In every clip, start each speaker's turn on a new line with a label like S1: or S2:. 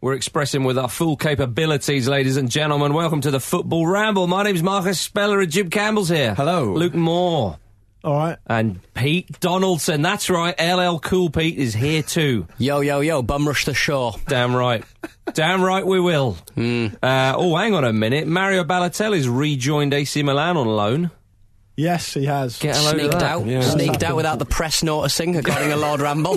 S1: We're expressing with our full capabilities, ladies and gentlemen. Welcome to the Football Ramble. My name's Marcus Speller and Jim Campbell's here.
S2: Hello.
S1: Luke Moore
S2: All right.
S1: and Pete Donaldson. That's right, LL Cool Pete is here too.
S3: Yo, yo, yo, bum rush the shore.
S1: Damn right. Damn right we will. Uh, oh, hang on a minute. Mario Balotelli's rejoined AC Milan on loan.
S2: Yes, he has.
S1: Get a load of
S3: Sneaked
S1: that.
S3: out.
S1: Yeah.
S3: Sneaked out without the press noticing, according to Lord Ramble.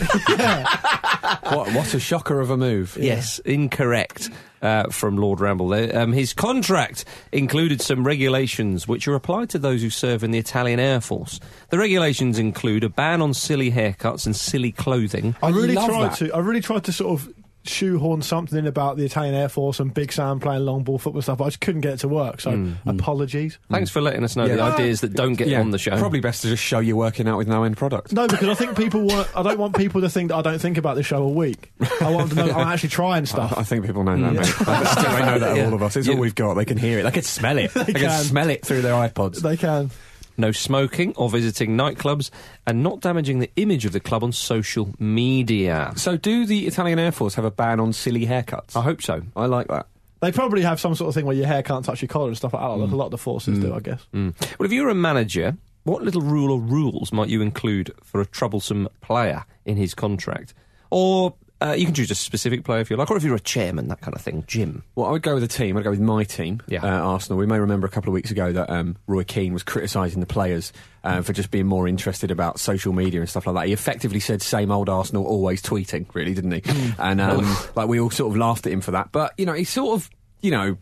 S4: What, what a shocker of a move.
S1: Yes, incorrect uh, from Lord Ramble. There. Um, his contract included some regulations which are applied to those who serve in the Italian Air Force. The regulations include a ban on silly haircuts and silly clothing.
S2: I really
S4: love
S2: tried
S4: that.
S2: to. I really tried to sort of shoehorn something in about the Italian Air Force and Big Sam playing long ball football and stuff. But I just couldn't get it to work. So
S1: Mm-hmm.
S2: apologies.
S1: Thanks for letting us know
S4: Yeah.
S1: the ideas that don't get on the show.
S4: Probably best to just show you working out with no end product.
S2: No, because I think people want. I don't want people to think that I don't think about this show all week. I want them to know that I'm actually trying
S4: I, I
S2: stuff.
S4: think people know that, mate. I still they know that of all of us. It's all we've got. They can hear it. They can smell it. they
S2: can.
S4: can smell it through their iPods.
S2: They can.
S1: No smoking or visiting nightclubs and not damaging the image of the club on social media.
S4: So, do the Italian Air Force have a ban on silly haircuts?
S1: I hope so.
S4: I like that.
S2: They probably have some sort of thing where your hair can't touch your collar and stuff like that. Like
S1: Mm.
S2: a lot of the forces do, I guess.
S1: Hmm. Well, if you were a manager, what little rule or rules might you include for a troublesome player in his contract? Or uh, you can choose a specific player if you like, or if you're a chairman, that kind of thing. Jim.
S4: Well, I would go with a team. I'd go with my team,
S1: Yeah.
S4: uh, Arsenal. We may remember a couple of weeks ago that um, Roy Keane was criticising the players
S1: Hmm.
S4: uh, for just being more interested about social media and stuff like that. He effectively said, "Same old Arsenal, always tweeting," really, didn't he? and um, like we all sort of laughed at him for that. But you know, he sort of, you know.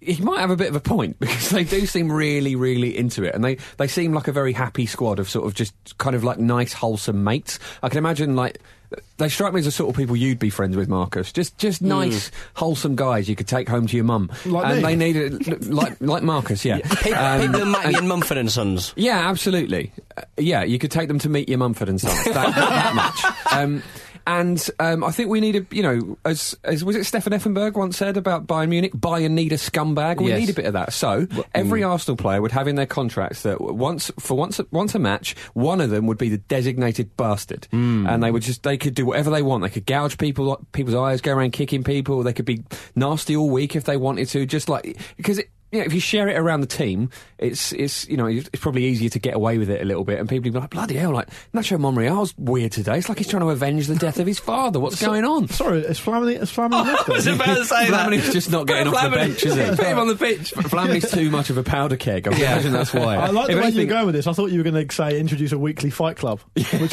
S4: He might have a bit of a point because they do seem really, really into it, and they, they seem like a very happy squad of sort of just kind of like nice, wholesome mates. I can imagine like they strike me as the sort of people you'd be friends with, Marcus. Just just nice, wholesome guys you could take home to your mum.
S2: Like
S4: and
S2: me.
S4: they need it like like Marcus, yeah.
S3: People,
S4: Um,
S3: people that might be in Mumford and Sons.
S4: yeah, absolutely. Uh, yeah, you could take them to meet your Mumford and Sons. That, that much. Um, and um, I think we need a, you know, as, as was it Stefan Effenberg once said about Bayern Munich, Bayern need a scumbag. We
S1: Yes.
S4: need a bit of that. So every Arsenal player would have in their contracts that once for once once a match, one of them would be the designated bastard, and they would just they could do whatever they want. They could gouge people people's eyes, go around kicking people. They could be nasty all week if they wanted to, just like because. It, yeah, if you share it around the team, it's it's you know it's it's probably easier to get away with it a little bit, and people be like, bloody hell, like Nacho Monreal's weird today. It's like he's trying to avenge the death of his father. What's going on?
S2: Sorry, is Flamini, is Flamini left
S1: I was
S2: there?
S1: about to say that.
S4: Flamini's just not getting off the
S1: Flamini-
S4: bench, is he?
S1: Put him on the pitch.
S4: Flamley's too much of a powder keg. I
S1: Yeah.
S4: imagine that's why.
S2: I like the
S4: If
S2: way you
S4: anything-
S2: were going with this. I thought you were going to say introduce a weekly fight club, which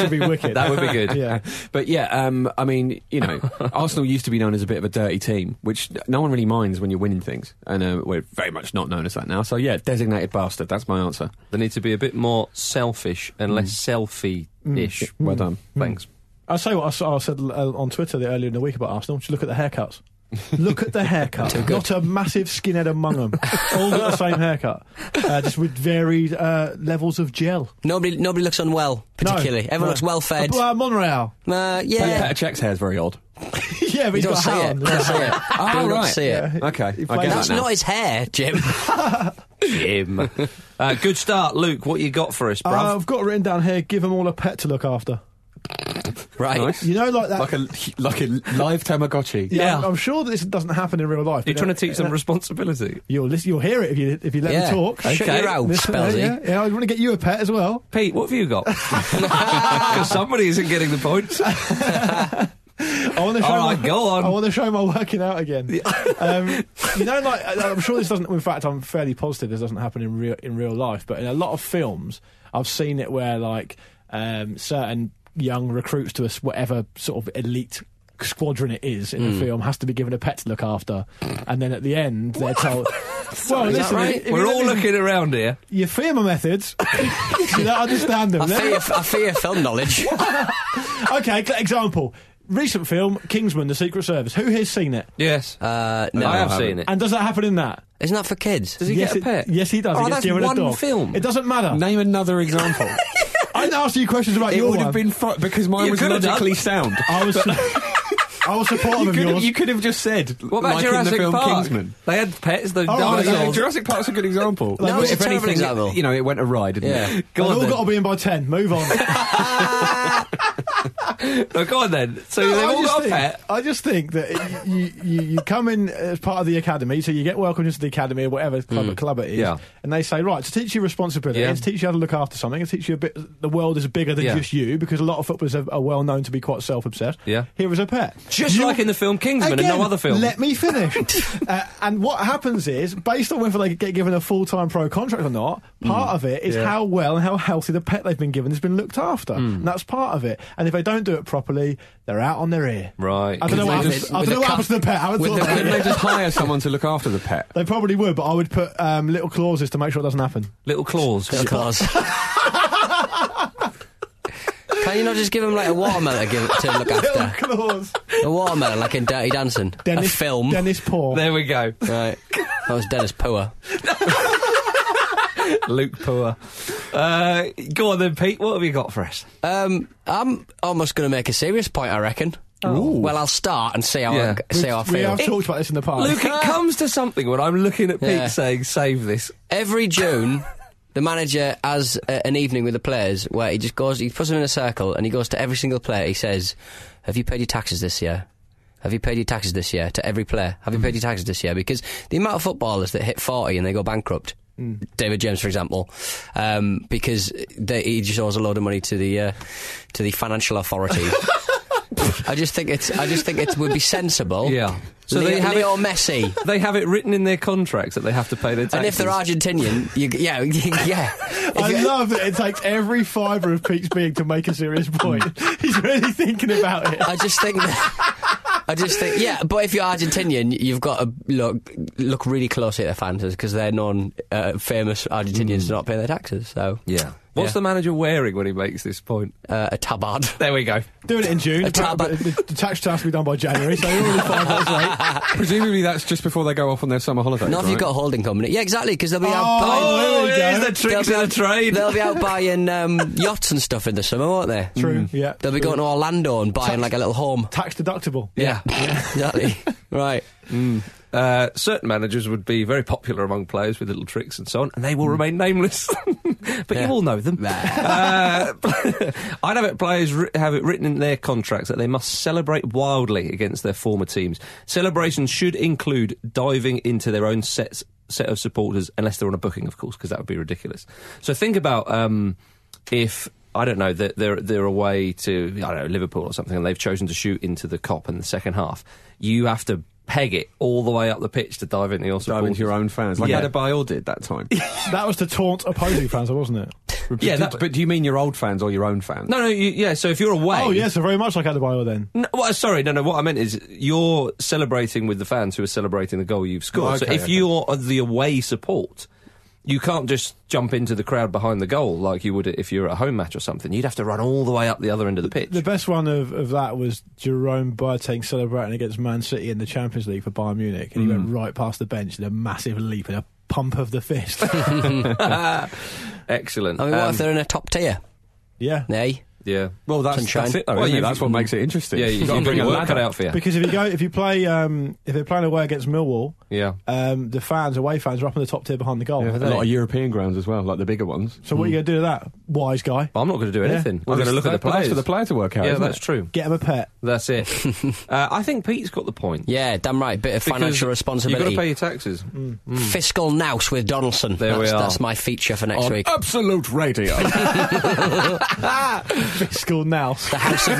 S2: would be wicked.
S1: That would be good.
S2: yeah.
S4: But yeah, um, I mean, you know, Arsenal used to be known as a bit of a dirty team, which no one really minds when you're winning things, and uh, we're very much not known as that now. So yeah, designated bastard. That's my answer.
S1: They need to be a bit more selfish and less selfie-ish. Hmm.
S4: Well done.
S1: Thanks.
S2: I'll say what I, s- I said uh, on Twitter the, earlier in the week about Arsenal. Just look at the haircuts. Look at the haircut. Not a massive skinhead among them. All got the same haircut, uh, just with varied uh, levels of gel.
S3: Nobody, nobody looks unwell,
S2: No,
S3: particularly. Everyone
S2: no.
S3: looks well fed.
S2: Uh, Monreal.
S3: Uh,
S4: Petr
S3: yeah.
S4: Cech's hair is very odd.
S2: yeah, but he's
S3: You don't
S2: got a
S3: see
S2: hat
S3: it.
S2: on.
S3: You don't see it.
S4: Ah,
S3: Do not
S4: right.
S3: see it.
S4: Okay,
S2: He plays-
S4: I get
S3: That's
S4: that now.
S3: not his hair, Jim.
S1: Eh, Jim. Um, uh, good start, Luke. What you got for us, bruv?
S2: Uh, I've got written down here. Give them all a pet to look after.
S3: right.
S4: Nice.
S2: You know, like that.
S4: like a like a live Tamagotchi.
S2: yeah, I'm-
S1: Yeah.
S2: I'm sure that this doesn't happen in real life.
S1: You're
S2: but,
S1: trying to
S2: uh,
S1: teach them responsibility.
S2: You'll listen, you'll hear it if you if you let me
S3: Yeah.
S2: talk.
S3: Shut Okay. your mouth, Spelzy.
S2: Yeah, yeah, I want to get you a pet as well.
S1: Pete, what have you got? Because somebody isn't getting the points.
S2: I want to show
S1: All right,
S2: my,
S1: go on.
S2: I want to show my working out again. um, you know, like I- I'm sure this doesn't. In fact, I'm fairly positive this doesn't happen in real in real life. But in a lot of films, I've seen it where like um, certain young recruits to a s whatever sort of elite squadron it is in
S1: Hmm.
S2: the film has to be given a pet to look after, and then at the end they're told. well,
S3: Is that
S2: listen,
S3: right?
S2: if you
S1: We're
S2: let
S1: all
S2: me-
S1: looking around here.
S2: You fear my methods. you don't understand them.
S3: I
S2: Let me-
S3: fear, I fear film knowledge.
S2: okay, cl- example. Recent film, Kingsman, The Secret Service. Who here's seen it?
S1: Yes.
S3: Uh, no.
S1: I have
S4: I
S1: seen it.
S2: And does that happen in that?
S3: Isn't that for kids?
S1: Does he
S2: yes,
S1: get a pet?
S2: It, yes, he does.
S1: Oh,
S2: he gets
S1: that's
S2: given
S1: one
S2: a dog.
S1: film.
S2: It doesn't matter.
S4: Name another example.
S2: I didn't ask you questions about
S4: it
S2: your
S4: would
S2: one.
S4: have been fr- because mine
S1: You
S4: was
S1: could have done.
S4: logically sound.
S2: I was. I was supportive of
S4: You could, have,
S2: yours.
S4: you could have just said
S1: What about
S4: like in
S1: Jurassic
S4: the film
S1: Park?
S4: Kingsman.
S1: They had pets, those
S2: Oh,
S4: Oh,
S2: Dinosaurs.
S4: yeah,
S1: dinosaurs.
S4: Jurassic Park's a good example.
S3: No,
S4: But
S3: it's a
S4: if
S3: terrible
S4: anything,
S3: example.
S4: you know, it went awry, didn't
S3: Yeah.
S4: it?
S1: Go
S2: They've
S1: on,
S2: all
S1: then.
S2: got to be in by ten. Move on.
S1: Oh, go on then. So
S2: No,
S1: they've
S2: I
S1: all
S2: just
S1: got a
S2: think-
S1: pet.
S2: I just think that it- you, you, you come in as part of the academy, so you get welcomed into the academy or whatever club, club it is,
S1: Hmm. Yeah.
S2: and they say, right, to teach you responsibility,
S1: Yeah.
S2: to teach you how to look after something, to teach you a bit, the world is bigger than
S1: Yeah.
S2: just you, because a lot of footballers are, are well known to be quite self-obsessed.
S1: Yeah.
S2: Here is a pet.
S1: Just
S2: You-
S1: like in the film Kingsman
S2: Again,
S1: and no other film.
S2: Let me finish. uh, and what happens is, based on whether they get given a full time pro contract or not,
S3: Hmm.
S2: part of it is how well and how healthy the pet they've been given has been looked after.
S3: Hmm.
S2: And that's part of it. And if they don't do it properly, they're out on their ear.
S1: Right.
S2: I don't know
S1: Could
S2: what
S1: they
S2: happens,
S1: just-
S2: I don't
S3: with
S2: know
S3: a
S2: what
S3: cut-
S2: happens to the pet. I haven't
S3: with
S2: thought
S3: the-
S2: about
S4: Couldn't
S2: it.
S4: they just hire someone to look after the pet?
S2: They probably would, but I would put um, little clauses to make sure it doesn't happen.
S1: Little claws.
S3: Little claws. Can you not just give him like a watermelon to, give, to look
S2: Little
S3: after?
S2: clause.
S3: A watermelon, like in Dirty Dancing.
S2: Dennis,
S3: a film.
S2: Dennis Poor.
S1: There we go.
S3: Right. That was Dennis Power.
S1: Luke Poor. Uh, go on then, Pete. What have you got for us?
S3: Um, I'm almost going to make a serious point, I reckon. Well, I'll start and see how,
S1: Yeah.
S3: I, see how I
S2: we
S3: feel.
S2: have talked about this in the past.
S1: Luke, it comes to something when I'm looking at Pete
S3: Yeah.
S1: saying, save this.
S3: Every June, the manager has a, an evening with the players where he just goes, he puts them in a circle and he goes to every single player. He says, Have you paid your taxes this year? Have you paid your taxes this year? To every player. Have you paid
S1: Mm.
S3: your taxes this year? Because the amount of footballers that hit 40 and they go bankrupt.
S1: Mm.
S3: David James, for example, um, because they, he just owes a load of money to the uh, to the financial authorities. I just think it's I just think it would be sensible.
S1: Yeah. So
S3: So Le-
S1: they have it-
S3: Leo Messi,
S1: They have it written in their contracts that they have to pay their taxes.
S3: and if they're Argentinian, you, yeah, yeah. If you-
S2: I love that it takes every fibre of Pete's being to make a serious point. He's really thinking about it.
S3: I just think that. I just think, yeah, but if you're Argentinian, you've got to look look really closely at the fans because they're non uh, famous Argentinians do not pay their taxes. So
S1: Yeah. What's
S3: Yeah.
S1: the manager wearing when he makes this point?
S3: uh, a tabard.
S1: There we go.
S2: Doing it in June.
S3: A tab-
S2: Apparently, the, the tax task will be done by January, so you're already five months late.
S4: Presumably, that's just before they go off on their summer holiday.
S3: Not if you've
S4: right?
S3: got a holding company. Yeah, exactly, because they'll be out
S2: Oh,
S3: buying.
S2: there we
S1: here's
S2: go.
S1: the tricks
S3: They'll be
S1: of the trade.
S3: They'll be out buying um, yachts and stuff in the summer, won't they?
S2: True. Yeah.
S3: They'll be
S2: true.
S3: going to Orlando and buying like a little home.
S2: tax deductible.
S1: Yeah.
S3: exactly. Right.
S1: Uh, certain managers would be very popular among players with little tricks and so on, and they will remain nameless. but
S3: Yeah.
S1: you all know them.
S3: Nah.
S1: uh, I'd have it players ri- have it written in their contracts that they must celebrate wildly against their former teams. Celebrations should include diving into their own sets. set of supporters, unless they're on a booking, of course, because that would be ridiculous. So think about um, if. I don't know that they're they're away to I don't know Liverpool or something, and they've chosen to shoot into the cop in the second half. You have to peg it all the way up the pitch to dive into your
S4: Dive
S1: supporters.
S4: into your own fans, like
S1: Yeah.
S4: Adebayor did that time.
S2: That was to taunt opposing fans, wasn't it?
S1: Yeah,
S4: Did-
S1: that-
S4: but do you mean your old fans or your own fans?
S1: No, no, you, yeah. So if you're away,
S2: Oh, yeah, so very much like Adebayo then.
S1: No, well, sorry, no, no. What I meant is you're celebrating with the fans who are celebrating the goal you've scored.
S4: Oh,
S1: so
S4: okay,
S1: if
S4: okay.
S1: you're of the away support, you can't just jump into the crowd behind the goal like you would if you're at a home match or something. You'd have to run all the way up the other end of the pitch.
S2: The best one of, of that was Jerome Boateng celebrating against Man City in the Champions League for Bayern Munich, and he went right past the bench in a massive leap and a pump of the fist.
S1: Excellent.
S3: I mean, what
S1: Um,
S3: if they're in a top tier?
S2: yeah.
S3: Nay.
S1: yeah.
S4: Well, that's,
S3: Sunshine.
S4: that's it though.
S1: Well,
S4: isn't it?
S1: you've-
S4: That's what makes it interesting.
S1: Yeah, you've
S4: You've gotta
S1: got your
S4: a
S1: work
S4: ladder.
S1: cut out for you.
S2: Because if you go, if you play, um, if they're playing away against Millwall,
S1: yeah.
S2: um, the fans, away fans, are up in the top tier behind the goal.
S4: Yeah, a lot of European grounds as well, like the bigger ones.
S2: so what are you going to do to that, wise guy?
S1: But I'm not going to do
S2: Yeah.
S1: anything. We're going to look at the
S4: But That's
S1: players.
S4: for the player to work out.
S1: yeah,
S4: isn't
S1: that's
S4: it?
S1: true.
S2: Get him a pet.
S1: That's it. uh, I think Pete's got the point.
S3: Yeah, damn right. Bit of
S1: Because
S3: financial
S1: You've
S3: responsibility.
S1: got to pay your taxes.
S3: Fiscal nous with Donaldson.
S1: There we
S3: that's,
S1: are.
S3: that's my feature for next
S4: On
S3: week.
S4: Absolute Radio.
S2: Fiscal now.
S3: The House of.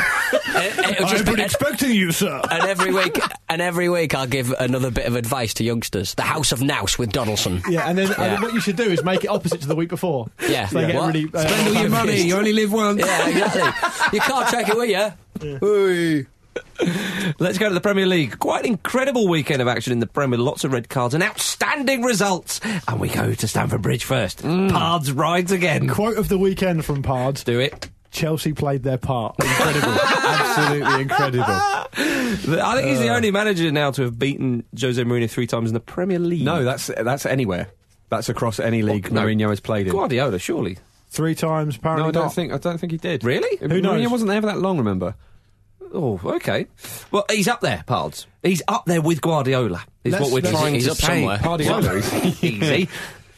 S3: it- it'll just be- and-
S2: expecting you, sir.
S3: and every week, and every week, I'll give another bit of advice to youngsters. The House of Nous with Donaldson.
S2: Yeah, and then and
S3: Yeah.
S2: then what you should do is make it opposite to the week before.
S3: Yeah.
S2: So they get
S3: What?
S2: really. uh,
S4: Spend all your money. You only live once.
S3: Yeah, exactly. you can't take it with you. Ooh.
S1: Let's go to the Premier League. Quite an incredible weekend of action in the Premier. Lots of red cards and outstanding results. And we go to Stamford Bridge first.
S4: Mm.
S1: Pards rides again.
S2: Quote of the weekend from Pards.
S1: Do it.
S2: Chelsea played their part. Incredible. Absolutely incredible.
S1: The- I think he's the
S4: Uh.
S1: only manager now to have beaten Jose Mourinho three times in the Premier League.
S4: No, that's that's anywhere. That's across any league
S1: no.
S4: Mourinho has played in.
S1: Guardiola, surely.
S2: Three times, apparently.
S4: No, I don't
S2: not.
S4: think I don't think he did.
S1: Really?
S2: Who
S4: Mourinho
S2: knows?
S4: wasn't there for that long. Remember?
S1: Oh, okay. Well, he's up there, Pards. He's up there with Guardiola. Is
S2: Let's-
S1: what we're
S2: let's-
S1: trying
S3: He's
S1: to
S3: up
S1: say.
S3: somewhere.
S4: Guardiola is-
S1: Easy.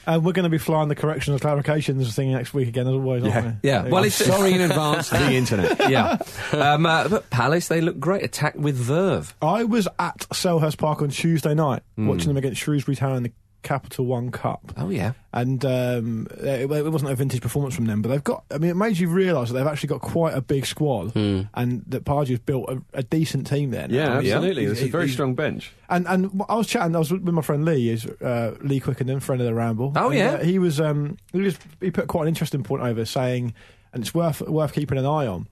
S2: And Uh, we're going to be flying the corrections and clarifications thing next week again, as always, aren't we?
S1: Yeah. Well,
S2: I'm
S1: it's
S4: Sorry in advance. the internet.
S1: yeah. Um, uh, but Palace, they look great. Attack with verve.
S2: I was at Selhurst Park on Tuesday night watching them against Shrewsbury Town in the Capital One Cup.
S1: Oh yeah.
S2: And um, it, it wasn't a vintage performance from them, but they've got, I mean, it made you realise that they've actually got quite a big squad and that Pardew's built a, a decent team there. now.
S4: Yeah,
S2: I mean,
S4: absolutely.
S2: he's-
S4: It's a very
S2: he's-
S4: strong bench.
S2: And and I was chatting. I was with my friend Lee, is uh, Lee Quickenden, friend of the Ramble.
S1: Oh,
S2: And,
S1: yeah.
S2: uh, he was. Um, he was. He put quite an interesting point over, saying, and it's worth worth keeping an eye on.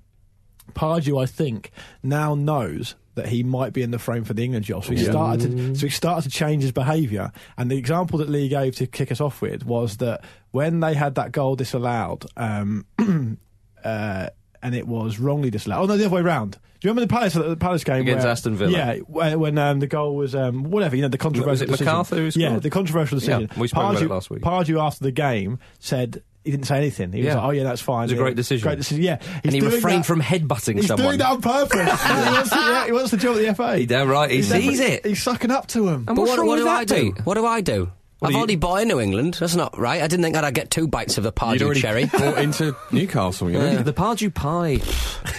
S2: Pardew, I think, now knows that he might be in the frame for the England job. So he started
S1: Mm.
S2: to so he started to change his behaviour. And the example that Lee gave to kick us off with was that when they had that goal disallowed, um, uh, and it was wrongly disallowed. Oh no, the other way round. Do you remember the Palace the Palace game
S1: Against
S2: where-
S1: Aston Villa.
S2: Yeah, where- when um, the goal was um, whatever you know the controversial.
S1: Was it
S2: decision.
S1: MacArthur who
S2: yeah,
S1: scored?
S2: the controversial
S1: Yeah,
S2: decision.
S1: we spoke about it
S2: Pardew-
S1: last week.
S2: Pardew after the game said he didn't say anything. He was
S1: Yeah.
S2: like, "Oh yeah, that's
S1: It
S2: fine.
S1: was a
S2: Yeah,
S1: great decision.
S2: Great decision. Yeah, He's
S1: and he
S2: doing
S1: refrained
S2: that-
S1: from headbutting
S2: He's
S1: someone.
S2: doing that on purpose. he, wants to, yeah, he wants the job at the FA.
S1: He damn right. He
S2: He's
S1: sees
S2: definitely-
S1: it.
S2: He's sucking up to him.
S1: And
S3: But
S1: what's
S3: what,
S1: wrong
S3: what
S1: with
S3: do I
S1: that,
S3: do?
S1: Pete?
S3: What do I do? I've
S1: you-
S3: already bought into England. That's not right. I didn't think that I'd get two bites of the
S4: You'd
S3: Pardew
S4: already
S3: cherry.
S4: bought into Newcastle. You know?
S1: The Pardew pie.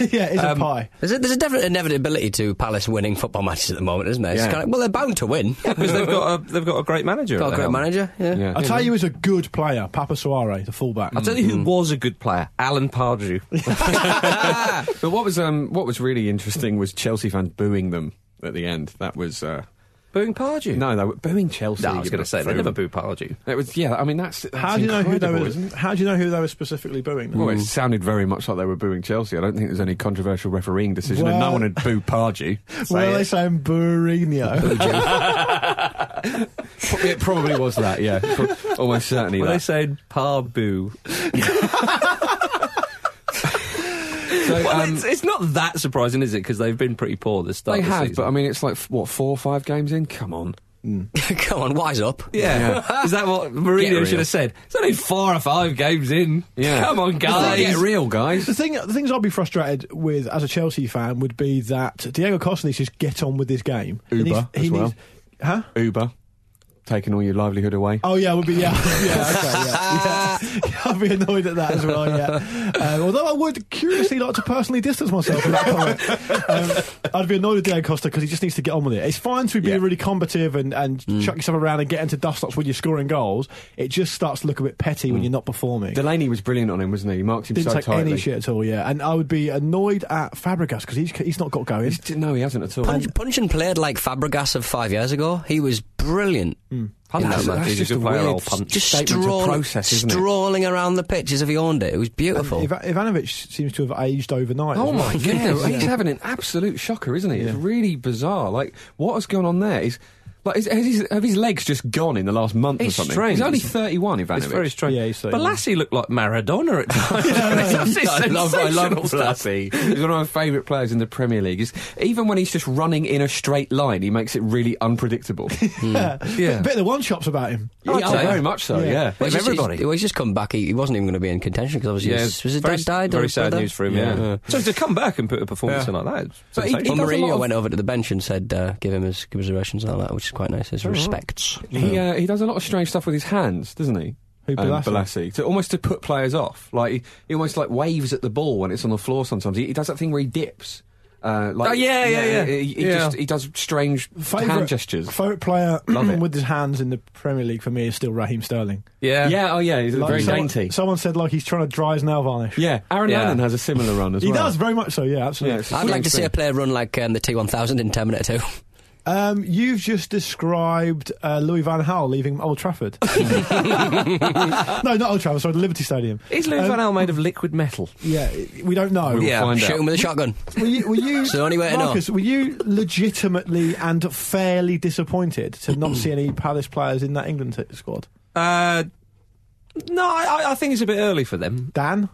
S2: yeah, it's
S1: Um,
S2: a pie.
S3: There's a, there's a definite inevitability to Palace winning football matches at the moment, isn't there? It's
S4: Yeah.
S3: kind of, well, they're bound to win.
S1: Because they've got a they've got a great manager. at
S3: Got a
S1: the
S3: great
S1: helm.
S3: manager. Yeah.
S4: Yeah.
S2: I tell you, he's a good player, Papa Soare, the fullback.
S1: I'll tell you who was a good player, Alan Pardew.
S4: But what was um, what was really interesting was Chelsea fans booing them at the end. That was uh,
S1: Booing Pardew.
S4: no, they were booing Chelsea.
S1: No, I was
S4: you
S1: going to
S4: bit
S1: say they
S4: fool.
S1: never boo Pardew.
S4: It was yeah. I mean that's, that's
S2: How do you know who they
S4: incredible,
S2: were?
S4: isn't it?
S2: How do you know who they were specifically booing? Them?
S4: Well, it sounded very much like they were booing Chelsea. I don't think there's any controversial refereeing decision, and no
S2: Well-
S4: one had booed Pardew.
S2: Why are
S4: Say
S2: they
S4: it.
S2: saying Burino?
S4: it probably was that. Yeah, Pro- almost certainly.
S1: Were they
S4: that.
S1: saying Parbu?
S4: So,
S1: Well,
S4: um,
S1: it's, it's not that surprising, is it? Because they've been pretty poor this start
S4: they
S1: of the
S4: have,
S1: season.
S4: but I mean, it's like what four or five games in. Come on.
S3: Come on, wise up.
S1: yeah. is that what Mourinho
S4: real.
S1: should have said? It's only four or five games in.
S4: Yeah.
S1: Come on, guys.
S4: Get real, guys.
S2: the thing, the things I'd be frustrated with as a Chelsea fan would be that Diego Costa needs to just get on with this game. He
S4: Uber
S2: needs- he
S4: as well.
S2: needs- Huh?
S4: Uber. taking all your livelihood away.
S2: Oh yeah, I would be yeah, yeah, okay, yeah, yeah. Yeah, I'd be annoyed at that as well. Yeah, um, although I would curiously like to personally distance myself from that comment. Um, I'd be annoyed at Dan Costa because he just needs to get on with it. It's fine to be
S4: Yeah. Mm.
S2: really combative and and chuck yourself around and get into dust ups when you're scoring goals. It just starts to look a bit petty
S4: Mm.
S2: when you're not performing.
S4: Delaney was brilliant on him, wasn't he? He marked him
S2: Didn't
S4: so
S2: take
S4: tightly.
S2: any shit at all. Yeah, and I would be annoyed at Fabregas because he's he's not got going.
S4: He's- no, he hasn't at all.
S3: Punch, Punchin played like Fabregas of five years ago. He was brilliant.
S4: Hmm.
S3: in that
S4: That's-
S3: match.
S4: that's
S1: He's a
S4: just
S1: good
S4: a
S1: player,
S4: weird
S1: old Punch.
S4: just
S3: Just
S4: statement
S3: stroll-
S4: of process, isn't it?
S3: strolling around the pitch as if he owned it. It was beautiful.
S2: Iva- Ivanovic seems to have aged overnight.
S4: Oh
S2: as well.
S4: my god, he's having an absolute shocker, isn't he? It's
S2: Yeah.
S4: really bizarre. Like, what has gone on there? Is like, is, has his, have his legs just gone in the last month
S1: It's
S4: or something?
S1: strange.
S4: He's only
S1: It's-
S4: thirty-one, Ivanovic.
S1: It's very strange.
S2: Yeah, he's so-
S1: but Lassie looked like Maradona at times. It's
S4: I love, I love
S1: sensational stuff.
S4: Lassie. He's one of my favourite players in the Premier League. He's, even when he's just running in a straight line, he makes it really unpredictable.
S2: Yeah.
S1: Yeah.
S2: bit of the one shops about him.
S4: Yeah,
S1: I'd
S4: oh,
S1: say.
S4: very much so.
S2: Yeah.
S4: Yeah,
S3: Well, he's
S4: Of
S3: just- he's- well, he's just come back. He, he wasn't even going to be in contention because obviously his, was his
S1: very,
S3: dad died. or
S1: Very
S3: his
S1: sad
S3: brother?
S1: news for him.
S4: Yeah.
S1: Yeah. So to come back and put a performance
S4: Yeah.
S1: in like that,
S4: But he- he
S3: Well,
S1: sensational.
S4: does a lot
S3: Mourinho
S4: of-
S3: went over to the bench and said, uh, "Give him his give his rations and all that," which is quite nice.
S4: Oh.
S3: His respects.
S4: He uh, he does a lot of strange stuff with his hands, doesn't he?
S2: Who, Balassi?
S4: Balassi. To, almost to put players off. Like he, he almost like waves at the ball when it's on the floor. Sometimes he, he does that thing where he dips. Uh, like,
S1: Oh, yeah, yeah, yeah.
S4: He, he
S1: Yeah.
S4: just he does strange hand gestures.
S2: Favorite player
S4: Love it.
S2: with his hands in the Premier League for me is still Raheem Sterling.
S1: yeah.
S4: yeah, oh yeah, he's
S2: Like,
S4: very
S2: someone,
S4: dainty.
S2: Someone said like he's trying to dry his nail varnish.
S4: yeah, Aaron
S1: Yeah.
S4: Lennon has a similar run as
S2: he
S4: well.
S2: does very much so. Yeah,
S4: Yeah,
S2: absolutely.
S4: it's a
S3: I'd like
S4: strange
S3: to see
S4: thing.
S3: a player run like um, the T1000 in ten minute two.
S2: Um, you've just described uh, Louis Van Gaal leaving Old Trafford. no, not Old Trafford. Sorry, the Liberty Stadium.
S1: Is Louis
S2: Um,
S1: Van Gaal made of liquid metal?
S2: Yeah, we don't know.
S4: We'll
S1: Yeah.
S4: find
S3: Shoot
S4: out.
S3: him with a shotgun.
S2: Were you, were you
S3: It's the only way to know.
S2: Marcus, were you legitimately and fairly disappointed to not see any Palace players in that England t- squad?
S1: Uh, no, I, I- I think it's a bit early for them.
S2: Dan,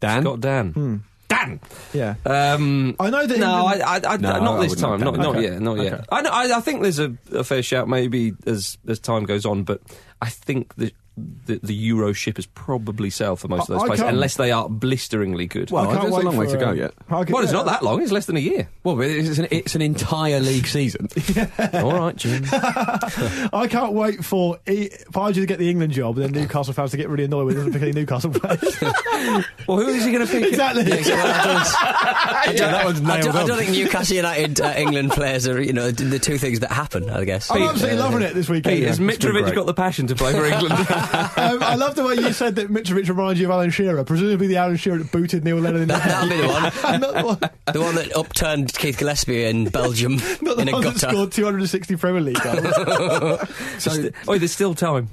S4: Dan.
S1: Got Dan. Dan.
S2: yeah.
S4: Uh,
S1: Um,
S2: I know that
S1: No, I,
S2: England-
S1: I, I,
S4: No,
S1: not
S4: I
S1: this
S4: wouldn't
S1: time.
S4: have
S1: Not,
S4: done
S1: not
S2: that.
S1: yet. Not
S2: Okay.
S1: yet. I, know, I, I think there's a, a fair shout maybe as as time goes on, but I think the the, the Euro ship is probably sailed for most of
S2: I-
S1: those
S2: I
S1: places,
S2: can't-
S1: unless they are blisteringly good.
S4: Well,
S2: I can't
S4: there's a
S2: wait
S4: long way
S2: for,
S4: to go
S2: um,
S4: yet.
S2: I can-
S1: well, it's not
S2: yeah.
S1: that long. It's less than a year.
S4: Well, but it's an, it's an entire league season.
S1: All right, Jim.
S2: I can't wait for e- Pardew to get the England job, and then Newcastle fans to get really annoyed with him picking Newcastle players.
S1: well, who is he going to pick?
S2: exactly.
S3: I don't,
S2: that one's
S3: I don't,
S2: nailed
S3: I don't
S2: on.
S3: think Newcastle United uh, England players are you know the, the two things that happen. I guess.
S2: I'm absolutely loving it this weekend.
S1: Hey, has
S2: Yeah.
S1: Mitrovic got the passion to play for England?
S2: um, I love the way you said that Mitrovic reminds you of Alan Shearer, presumably the Alan Shearer that booted Neil Lennon in the
S3: That'll be the one.
S2: not, one-
S3: The one that upturned Keith Gillespie in Belgium
S2: not
S3: in
S2: the
S3: a
S2: one that
S3: gutter.
S2: scored 260 Premier League goals.
S4: So Hmm.
S1: oh, there's still time.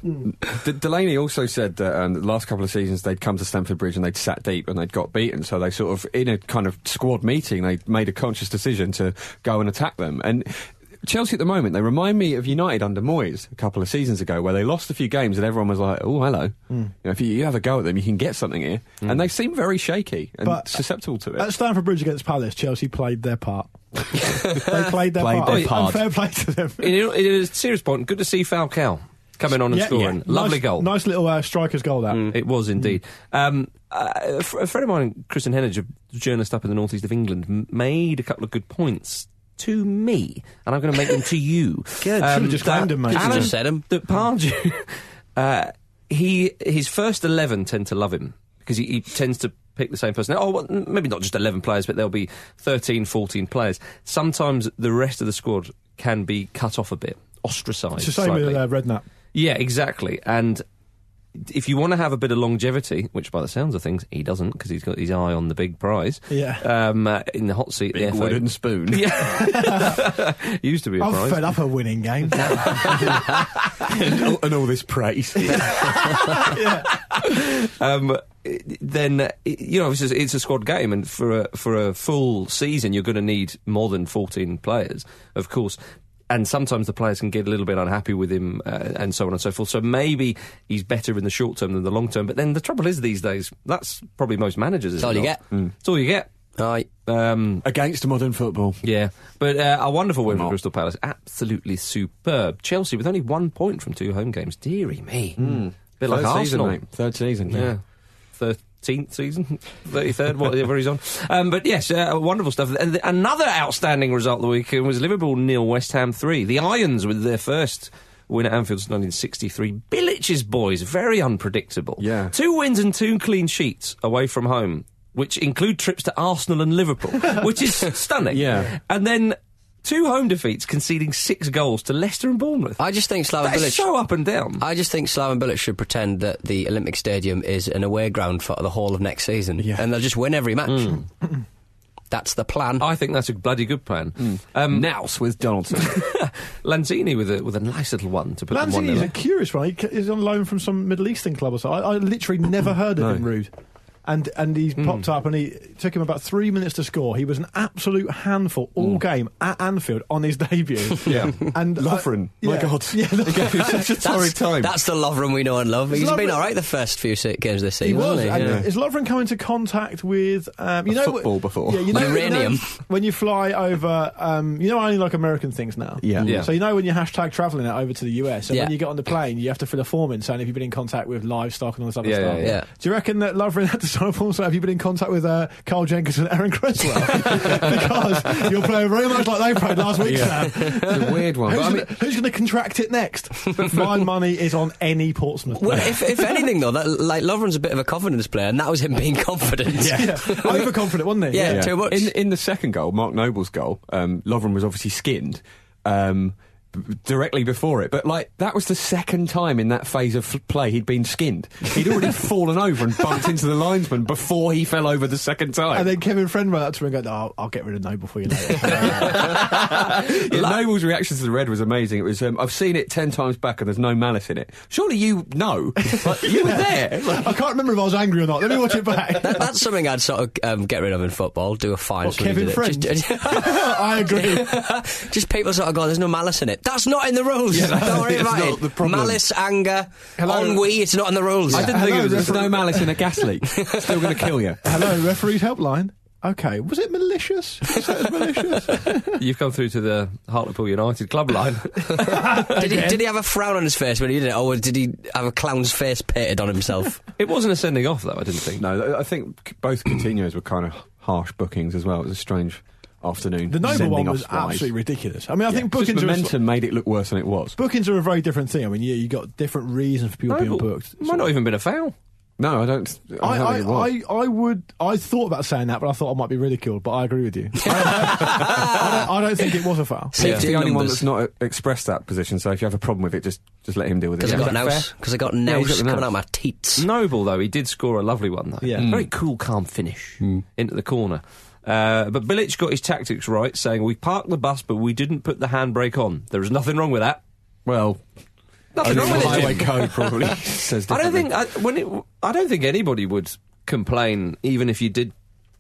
S4: D- Delaney also said that um, the last couple of seasons they'd come to Stamford Bridge and they'd sat deep and they'd got beaten. So they sort of, in a kind of squad meeting, they made a conscious decision to go and attack them. And Chelsea at the moment, they remind me of United under Moyes a couple of seasons ago, where they lost a few games and everyone was like, oh, hello. You know, if you, you have a go at them, you can get something here. And they seem very shaky and
S2: But-
S4: susceptible to it.
S2: At Stamford Bridge against Palace, Chelsea played their part. they played their
S4: Played
S2: part.
S4: their
S2: And
S4: part.
S2: fair play to them.
S1: It, it is a serious point. Good to see Falcao coming on and
S2: Yeah,
S1: scoring.
S2: yeah.
S1: Lovely
S2: Nice-
S1: goal. Mm,
S2: Nice little uh, striker's goal, that.
S1: It was indeed.
S2: Mm.
S1: Um, uh, a fr- a friend of mine, Kristen Hennage, a journalist up in the northeast of England, m- made a couple of good points to me, and I'm going to make them to you.
S3: Good.
S2: Should've just claimed him, mate.
S3: Should've
S1: Alan-
S3: just said him.
S1: That Pardew, uh, he his first eleven tend to love him because he, he tends to pick the same person. Oh, well, n- maybe not just eleven players, but there'll be 13, 14 players. Sometimes the rest of the squad can be cut off a bit, ostracised.
S2: It's the same
S1: slightly.
S2: with uh, Redknapp.
S1: Yeah, exactly. And if you want to have a bit of longevity, which by the sounds of things he doesn't, because he's got his eye on the big prize.
S2: Yeah.
S1: Um, uh, in the hot seat. at
S4: Big
S1: the FA.
S4: wooden spoon.
S1: Yeah. used to be a
S2: I'm
S1: prize.
S2: fed up of winning games.
S4: and, all, and all this praise.
S1: um, then uh, you know it's a, it's a squad game, and for a, for a full season, you're going to need more than 14 players, of course. And sometimes the players can get a little bit unhappy with him, uh, and so on and so forth. So maybe he's better in the short term than the long term. But then the trouble is these days, that's probably most managers. It's
S3: all you get.
S1: It's Mm. all you get.
S3: Aye.
S1: Um,
S4: Against modern football.
S1: yeah, but uh, a wonderful win for
S4: Not.
S1: Crystal Palace, absolutely superb. Chelsea with only one point from two home games. Deary me, bit like
S4: Third season,
S1: Arsenal.
S4: mate. Third season.
S1: Yeah. 13th season, 33rd, whatever he's on. Um, but yes, uh, wonderful stuff. And the- uh, another outstanding result of the weekend was Liverpool nil, West Ham 3. The Irons with their first win at Anfield in 1963. Billich's boys, very unpredictable.
S4: Yeah.
S1: Two wins and two clean sheets away from home, which include trips to Arsenal and Liverpool, which is stunning.
S4: Yeah.
S1: And then two home defeats, conceding six goals to Leicester and Bournemouth.
S3: I just think Slaven
S1: That is
S3: Bilic.
S1: so up and down.
S3: I just think Slaven Bilic should pretend that the Olympic Stadium is an away ground for the whole of next season,
S4: Yeah.
S3: and they'll just win every match.
S2: Mm.
S3: That's the plan.
S1: I think that's a bloody good plan. Um,
S4: Nouse Hmm. with Donaldson.
S1: Lanzini with a with a nice little one to put them one
S2: Lanzini is
S1: nil
S2: a
S1: up.
S2: curious one. He c- He's on loan from some Middle Eastern club or something. I, I literally
S4: Mm.
S2: never heard of him, Rude. And and he's popped up and he it took him about three minutes to score. He was an absolute handful all game at Anfield on his debut.
S4: Mm. Yeah.
S2: and I-
S4: Lovren. My God.
S2: yeah,
S4: It was such a torrid time.
S3: That's the Lovren we know and love. He's been
S2: Lovren-
S3: all right the first few se- games this
S2: He
S3: season,
S2: was.
S3: hasn't
S2: and
S3: he? Yeah.
S2: Is Lovren come into contact with um, you
S4: A
S2: know
S4: football before.
S2: Yeah, you know,
S3: Uranium.
S2: you know when you fly over. Um, you know, I only like American things now.
S4: Yeah. Yeah.
S2: So you know when you hashtag traveling it over to the US, and
S3: Yeah.
S2: when you get on the plane, you have to fill a form in saying if you've been in contact with livestock and all this other
S1: Yeah,
S2: stuff.
S1: yeah,
S3: yeah.
S2: Do you reckon that Lovren had to sign a form saying have you been in contact with uh, Carl Jenkins and Aaron Cresswell because you're playing very much like they played last week, Sam.
S4: it's a weird one.
S2: Who's
S4: But I mean,
S2: going to contract it next? My money is on any Portsmouth.
S3: Well,
S2: player.
S3: if, if anything though, that, like Lovren's a bit of a confidence player, and that was him being confident.
S2: yeah. Overconfident, wasn't he?
S3: Yeah.
S4: Yeah.
S3: too much.
S4: In, in the second goal, Mark Noble's goal, um, Lovren was obviously skinned um, b- directly before it. But like that was the second time in that phase of f- play he'd been skinned. He'd already fallen over and bumped into the linesman before he fell over the second time.
S2: And then Kevin Friend ran up to him and go, oh, I'll get rid of Noble for you later.
S4: Yeah, Noble's reaction to the red was amazing. It was um, I've seen it ten times back and there's no malice in it. Surely you know, like, you were there. Like,
S2: I can't remember if I was angry or not. Let me watch it back.
S3: That- That's something I'd sort of um, get rid of in football. Do a fine.
S2: What,
S3: somebody
S2: Kevin
S3: did it.
S2: I agree.
S3: Just, just people sort of go, "There's no malice in it." That's not in the rules. Don't worry
S4: that's
S3: about
S4: not
S3: it.
S4: the problem.
S3: Malice, anger,
S4: Hello.
S3: ennui. It's not in the rules.
S4: I didn't think
S2: Hello,
S4: it was. There's
S2: referee.
S4: no malice in a gas leak. Still going to kill you.
S2: Hello, referees helpline. Okay, was it malicious? Was that malicious?
S1: You've come through to the Hartlepool United club line.
S3: Did he, did he have a frown on his face when he did it, or did he have a clown's face painted on himself?
S1: it wasn't a sending off though. I didn't think.
S4: No, th- I think c- both Coutinho's were kind of harsh bookings as well. It was a strange afternoon.
S2: the Noble
S4: Sending
S2: one
S4: off
S2: was
S4: wise.
S2: absolutely ridiculous. I mean, I
S4: Yeah.
S2: think
S4: Just
S2: bookings are, a,
S4: momentum made it look worse than it was.
S2: bookings are a very different thing. I mean, yeah, you got different reasons for people being
S1: Noble-
S2: booked.
S1: Might not even been a foul.
S4: No, I don't. I, don't
S2: I,
S4: think it was.
S2: I, I, I would I thought about saying that, but I thought I might be ridiculed. But I agree with you. I, don't, I don't think it was a foul.
S4: It's
S3: Safety
S4: the
S3: in
S4: only one
S3: numbers.
S4: that's not uh, expressed that position. So if you have a problem with it, just just let him deal with it.
S3: Because I
S4: Is
S3: got
S4: that
S3: nouse.
S4: fair?
S3: Because I got
S4: Yeah, he's
S3: nouse
S4: got the
S3: coming
S4: nouse.
S3: out of my teats.
S1: Noble though, he did score a lovely one though.
S2: Yeah.
S1: Very
S4: Hmm.
S1: cool, calm finish into the corner. Uh, but Bilic got his tactics right, saying we parked the bus, but we didn't put the handbrake on. There is nothing wrong with that.
S4: Well,
S1: Nothing
S4: only
S1: wrong
S4: the
S1: with it.
S4: highway
S1: Jim.
S4: code probably says.
S1: I don't
S4: differently.
S1: think I, when it, I don't think anybody would complain, even if you did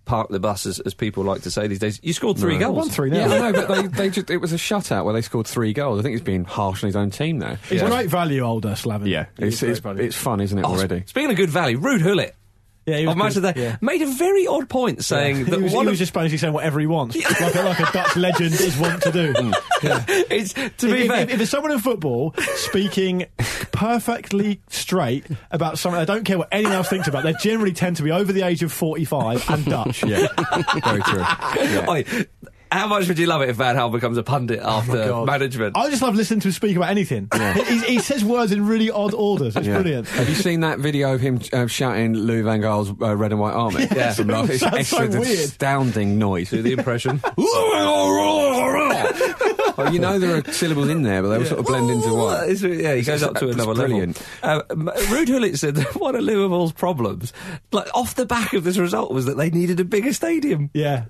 S1: park the bus, as, as people like to say these days. You scored three
S2: One
S1: goals.
S2: three now.
S4: Yeah, I know, but they, they just, it was a shutout where they scored three goals. I think he's been harsh on his own team there.
S2: He's great value, older Slaven.
S4: Yeah,
S2: He
S4: it's,
S2: is great
S4: it's,
S2: value.
S4: it's fun, isn't it,
S1: Oh,
S4: already?
S1: Speaking of good value, Rude Hullet.
S2: yeah, he was
S1: of Match of
S2: good.
S1: the Day,
S2: Yeah.
S1: made a very odd point saying
S2: Yeah.
S1: that
S2: he was,
S1: one
S2: he
S1: of-
S2: was just basically saying whatever he wants, like, a, like a Dutch legend is wont to do.
S1: it's to
S2: If-
S1: be
S2: if,
S1: fair.
S2: if, if there's someone in football speaking perfectly straight about something, I don't care what anyone else thinks about. They generally tend to be over the age of 45 and Dutch.
S4: Yeah, very true. Yeah.
S1: Oi, how much would you love it if Van Hal becomes a pundit after
S2: Oh God.
S1: Uh, management?
S2: I just love listening to him speak about anything. He, he- he says words in really odd orders. It's
S4: Yeah.
S2: brilliant.
S4: Have you seen that video of him uh, shouting Lou Van Gaal's uh, Red and White Army?
S2: Yes,
S4: From
S2: it
S4: last-
S2: sounds
S4: it's
S2: so
S4: it's an
S2: weird.
S4: astounding noise.
S1: Do the impression.
S4: well, you know there are syllables in there, but they all sort of blend into one.
S1: It's- yeah, he
S4: It's
S1: goes up to
S4: just-
S1: another
S4: it's brilliant.
S1: level. Um, Rude Hullet said that one of Liverpool's problems, like off the back of this result, was that they needed a bigger stadium.
S2: Yeah.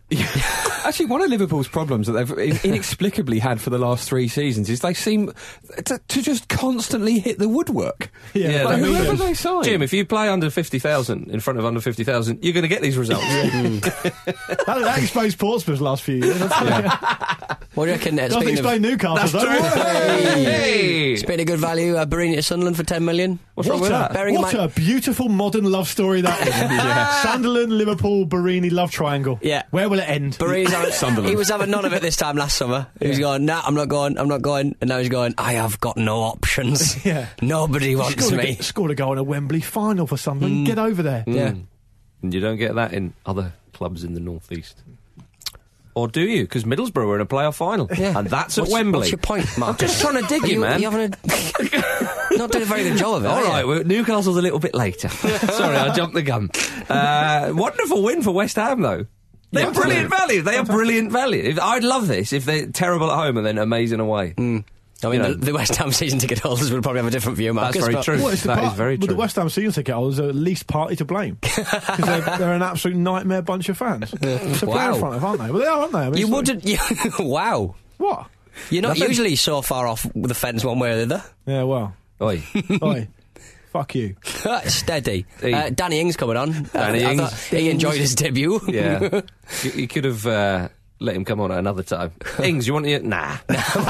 S4: Actually, one of Liverpool's problems that they've in- inexplicably had for the last three seasons is they seem to, to just constantly hit the woodwork.
S2: Yeah,
S1: Yeah,
S4: Like,
S1: they
S4: whoever
S2: really
S4: they sign.
S1: Jim, if you play under 50,000 in front of under 50,000, you're going to get these results.
S2: That, that explains Portsmouth's last few years. That's
S3: What do you reckon? Uh,
S2: Doesn't
S3: speaking,
S2: explain
S3: of,
S2: Newcastle, though.
S1: Hey!
S3: speaking of good value, uh, Barini to Sunderland for 10 million.
S1: What's wrong with
S2: What,
S1: that?
S2: a,
S3: Bearing in
S2: what
S3: mind-
S2: a beautiful modern love story that is. Sunderland, Liverpool, Barini love triangle.
S3: Yeah.
S2: Where will it end?
S3: Barini's having, He was having none of it this time last summer. He was going, nah, I'm not going, I'm not going. And now he's going, I have got no options.
S2: Yeah.
S3: Nobody wants
S2: scored,
S3: me.
S2: A, scored a goal in a Wembley final for
S1: Mm.
S2: Sunderland. Get over there.
S3: Yeah.
S1: And you don't get that in other clubs in the northeast. Or do you? Because Middlesbrough were in a playoff final.
S3: Yeah.
S1: And that's
S3: What's-
S1: at Wembley.
S3: What's your point, Mark?
S1: I'm just trying to dig
S3: Are
S1: you,
S3: you,
S1: man.
S3: Are you having a not doing a very good job of it.
S1: All
S3: are
S1: right,
S3: you?
S1: well, Newcastle's a little bit later. Sorry, I jumped the gun. Uh, wonderful win for West Ham, though. They're
S4: Yeah,
S1: brilliant value. They are brilliant value. If, I'd love this if they're terrible at home and then amazing away.
S3: Mm. I mean,
S1: you know.
S3: the, the West Ham season ticket holders would probably have a different view, Mark.
S1: That's very true.
S2: Well, it's the
S1: That
S2: part-
S1: is very
S2: well,
S1: true.
S2: The West Ham season ticket holders are at least partly to blame because they're, they're an absolute nightmare bunch of fans. to play
S3: Wow.
S2: in front of, aren't they? Well, they are, aren't they? I mean,
S3: You
S2: it's like-
S3: wouldn't. You, wow.
S2: what?
S3: You're not
S1: Nothing.
S3: usually so far off the fence one way or the
S2: Yeah, well,
S1: Oi.
S2: Oi, fuck you.
S3: other. Steady.
S1: Hey.
S3: Uh, Danny Ings coming on.
S1: Danny
S3: I
S1: Ings.
S3: thought He enjoyed his debut.
S1: Yeah. you, you could have uh, let him come on at another time. Ings, you want to... Nah.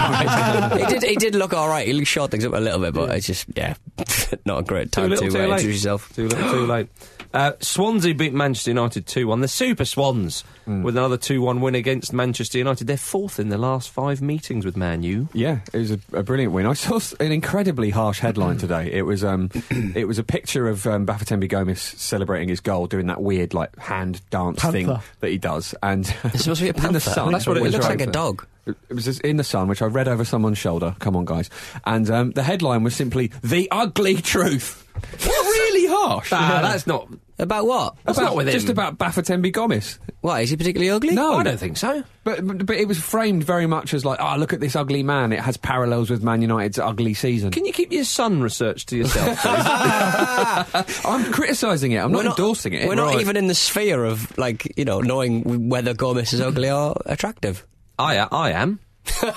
S3: he did. He did look all right. He shot things up a little bit, but it's just yeah, not a great
S1: Too
S3: time to
S1: little,
S3: uh,
S1: too late.
S3: introduce yourself.
S1: Too little, too late. Uh, Swansea beat Manchester United 2 1. The Super Swans with another 2 1 win against Manchester United. They're fourth in the last five meetings with Man U.
S4: Yeah, it was a, a brilliant win. I saw s- an incredibly harsh headline today. It was um, it was a picture of um, Bafatembi Gomez celebrating his goal, doing that weird like hand dance
S2: Panther.
S4: thing that he does, and
S3: It's supposed to be a
S4: It was in
S3: panther.
S4: the sun.
S3: That's what it
S4: It
S3: is.
S4: was
S3: It looks
S4: right.
S3: like a dog.
S4: It was just in the sun, which I read over someone's shoulder. Come on, guys! And um, the headline was simply "The Ugly Truth." really harsh.
S1: Ah, That's not.
S3: About what?
S1: That's not
S4: about,
S1: within-
S4: just about Bafatembi Gomez.
S3: Why is he particularly ugly?
S4: No.
S1: I don't think so.
S4: But, but but it was framed very much as like, oh, look at this ugly man. It has parallels with Man United's ugly season.
S1: Can you keep your sun research to yourself? please?
S4: I'm criticising it. I'm not, endorsing it.
S3: We're not even in the sphere of like you know knowing whether Gomez is ugly or attractive.
S1: I, I am.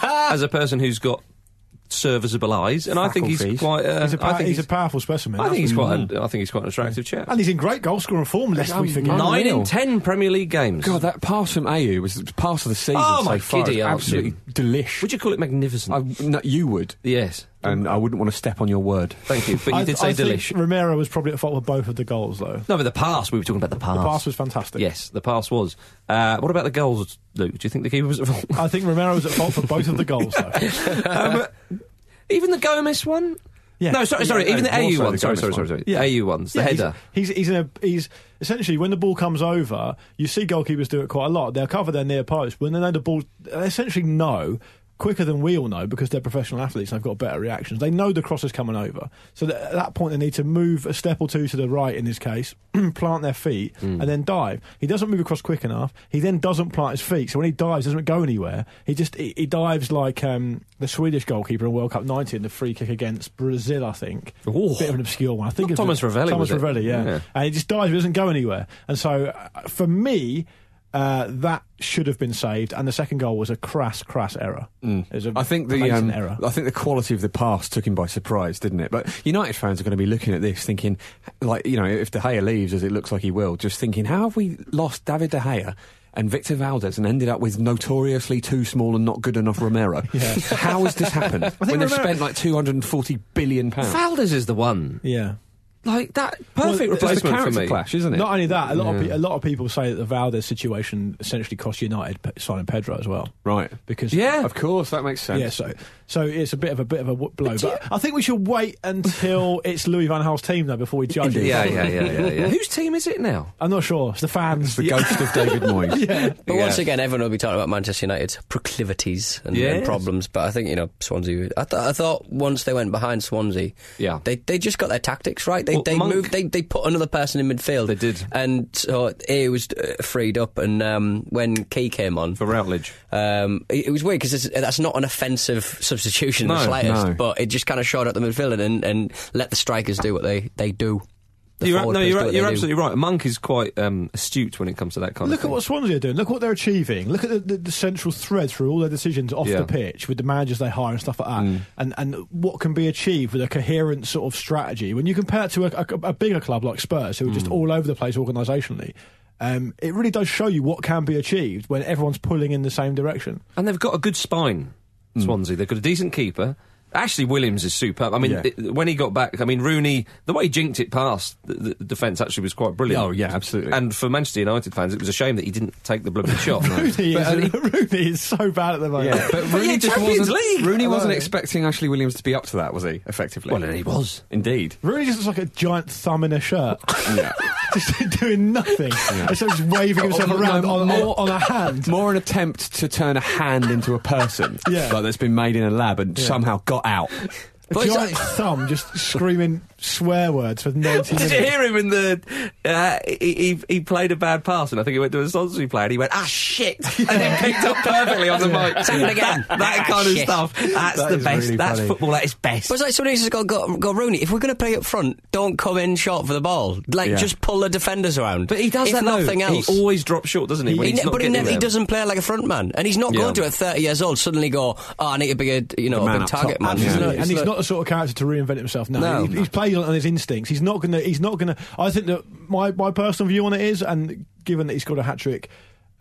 S1: As a person who's got serviceable eyes, and I think he's
S4: Faculties.
S1: quite. Uh,
S2: He's a,
S1: I
S2: pow-
S1: think
S2: he's a powerful specimen.
S1: I think
S2: that's
S1: he's
S2: what
S1: quite. Um,
S2: we want.
S1: A, I think he's quite an attractive chap.
S2: And he's in great goal scoring form, lest we forget.
S4: Nine
S1: Nine in
S4: nil.
S1: ten Premier League games.
S4: God, Oh, that pass from Ayu was the pass of the season.
S1: Oh,
S4: so
S1: my
S4: far.
S1: giddy
S4: It's
S1: aunt.
S4: absolutely delish.
S1: Would you call it magnificent?
S4: I, no, you would,
S1: yes.
S4: and I wouldn't want to step on your word.
S1: Thank you. But you
S2: I,
S1: did say
S2: I think
S1: delish.
S2: Romero was probably at fault with both of the goals, though.
S1: No, but the pass. We were talking about the pass.
S2: The pass was fantastic.
S1: Yes, the pass was. Uh, what about the goals, Luke? Do you think the keeper was at fault?
S2: I think Romero was at fault for both of the goals, though.
S1: even the Gomez one?
S2: Yeah.
S1: No, sorry, sorry.
S4: Yeah, no,
S1: even the
S4: more
S1: AU
S4: so the
S1: one. Sorry,
S4: Gomez
S1: sorry, sorry,
S4: one.
S1: sorry.
S2: Yeah.
S1: AU ones. The
S2: Yeah,
S1: header.
S2: He's, he's he's in a he's essentially when the ball comes over, you see goalkeepers do it quite a lot. They'll cover their near post, but they know the ball. They essentially know quicker than we all know because they're professional athletes and they've got better reactions. They know the cross is coming over, so that at that point they need to move a step or two to the right in this case, plant their feet, and then dive. He doesn't move across quick enough. He then doesn't plant his feet, so when he dives, it doesn't go anywhere. He just he, he dives like um, the Swedish goalkeeper in World Cup 90 in the free kick against Brazil, I think.
S1: Ooh.
S2: Bit of an obscure one. I think
S1: Not
S2: it was-
S1: Thomas Ravelli,
S2: Thomas
S1: was it?
S2: Ravelli, yeah.
S1: Yeah.
S2: And he just dies, it doesn't go anywhere. And so, uh, for me, uh, that should have been saved. And the second goal was a crass, crass error. It was a
S4: I think the
S2: blatant
S4: um,
S2: error.
S4: I think the quality of the pass took him by surprise, didn't it? But United fans are going to be looking at this, thinking, like you know, if De Gea leaves, as it looks like he will, just thinking, how have we lost David De Gea and Victor Valdes and ended up with notoriously too small and not good enough Romero?
S2: Yeah.
S4: how has this happened? when they've
S2: Romero-
S4: spent like two hundred and forty billion pounds.
S1: Valdes is the one.
S2: Yeah.
S1: Like that
S4: Well,
S1: perfect
S4: it's the
S1: replacement for
S4: character
S1: me.
S4: clash, isn't it?
S2: Not only that, a lot, of, pe- a lot of people say that the Valdez situation essentially cost United pe- signing Pedro as well.
S4: right.
S2: Because
S1: Yeah.
S4: Of course, that makes sense.
S2: Yeah, so so it's a bit of a bit of a w- blow, but, I think we should wait until it's Louis Van Gaal's team though before we judge it.
S1: Yeah, yeah, yeah, yeah, yeah. Whose team is it now?
S2: I'm not sure. It's the fans.
S4: The ghost of David Moyes.
S2: yeah.
S3: But
S1: Yeah.
S3: once again, everyone will be talking about Manchester United's proclivities and, and
S1: Yes.
S3: problems. But I think you know Swansea. I, th- I thought once they went behind Swansea,
S1: Yeah.
S3: they they just got their tactics right. They
S1: Well,
S3: they
S1: Monk-
S3: moved. They they put another person in midfield.
S1: They did.
S3: and so A was uh, freed up. And um, when Key came on,
S1: For Routledge.
S3: um, it, it was weird because that's not an offensive substitution in the
S1: No,
S3: slightest.
S4: no.
S3: But it just kind of showed up the midfield and and let the strikers do what they they do. The
S1: You're,
S3: forward
S1: no,
S3: players
S1: you're,
S3: do what
S1: you're
S3: they do.
S1: absolutely right. Monk is quite um, astute when it comes to that kind of
S2: Look
S1: thing.
S2: at what Swansea are doing. Look at what they're achieving. Look at the, the, the central thread through all their decisions off
S1: Yeah.
S2: the pitch with the managers they hire and stuff like that, and and what can be achieved with a coherent sort of strategy. When you compare it to a, a- a bigger club like Spurs, who are just all over the place organisationally, um, it really does show you what can be achieved when everyone's pulling in the same direction.
S4: Hmm.
S1: And they've got a good spine, Swansea. They've got a decent keeper. Ashley Williams is superb. I mean,
S4: Yeah.
S1: it- when he got back, I mean, Rooney, the way he jinked it past the, the defence actually was quite brilliant.
S4: Oh, yeah, absolutely.
S1: And for Manchester United fans, it was a shame that he didn't take the blooming shot.
S2: Rooney,
S1: But, uh,
S2: is,
S1: he-
S2: Rooney is so bad at the moment.
S4: Yeah, but
S1: But
S4: Rooney
S1: Oh, yeah,
S4: just
S1: Champions
S4: wasn't.
S1: League!
S4: Rooney
S1: I
S4: wasn't
S1: know.
S4: expecting Ashley Williams to be up to that, was he? Effectively.
S1: Well, he was.
S4: Indeed.
S2: Rooney just looks like a giant thumb in a shirt.
S4: Yeah.
S2: just doing nothing. Instead of just waving himself
S4: Oh, no,
S2: around on, on,
S4: more-
S2: on a hand.
S4: More an attempt to turn a hand into a person.
S2: Yeah.
S4: Like that's been made in a lab and
S2: Yeah.
S4: somehow got out.
S2: A
S3: But it's
S2: giant
S3: like-
S2: thumb just screaming swear words for 90
S1: Did
S2: minutes.
S1: you hear him in the? Uh, he, he he played a bad pass, and I think he went to a Swansea player. and He went, ah shit, and it picked up perfectly on the mic.
S3: Second again.
S1: That, that
S3: Ah,
S1: kind of
S3: shit.
S1: stuff. That's
S4: That
S1: the
S4: is
S1: best.
S4: really
S1: That's
S4: funny.
S1: football at its best.
S3: But it's like somebody who's got, got, got Rooney. If we're going to play up front, don't come in short for the ball. Like,
S4: Yeah.
S3: just pull the defenders around.
S1: But he does
S3: if
S1: that though.
S3: nothing else.
S1: He always drops short, doesn't he? when
S3: He
S1: he's
S3: ne-
S1: not
S3: but he,
S1: getting
S3: never, he
S1: there?
S3: doesn't play like a front man, and he's not
S1: Yeah.
S3: going to at 30 years old suddenly go, "Oh, I need to be a you know
S4: man
S3: a big
S4: up top
S3: target man."
S4: man,
S2: He's
S4: Yeah.
S2: not-
S3: It's
S2: and he's
S3: like-
S2: not the sort of character to reinvent himself. No,
S4: No.
S2: He- he's played on his instincts. He's not gonna. He's not gonna. I think that my my personal view on it is, and given that he scored a hat trick,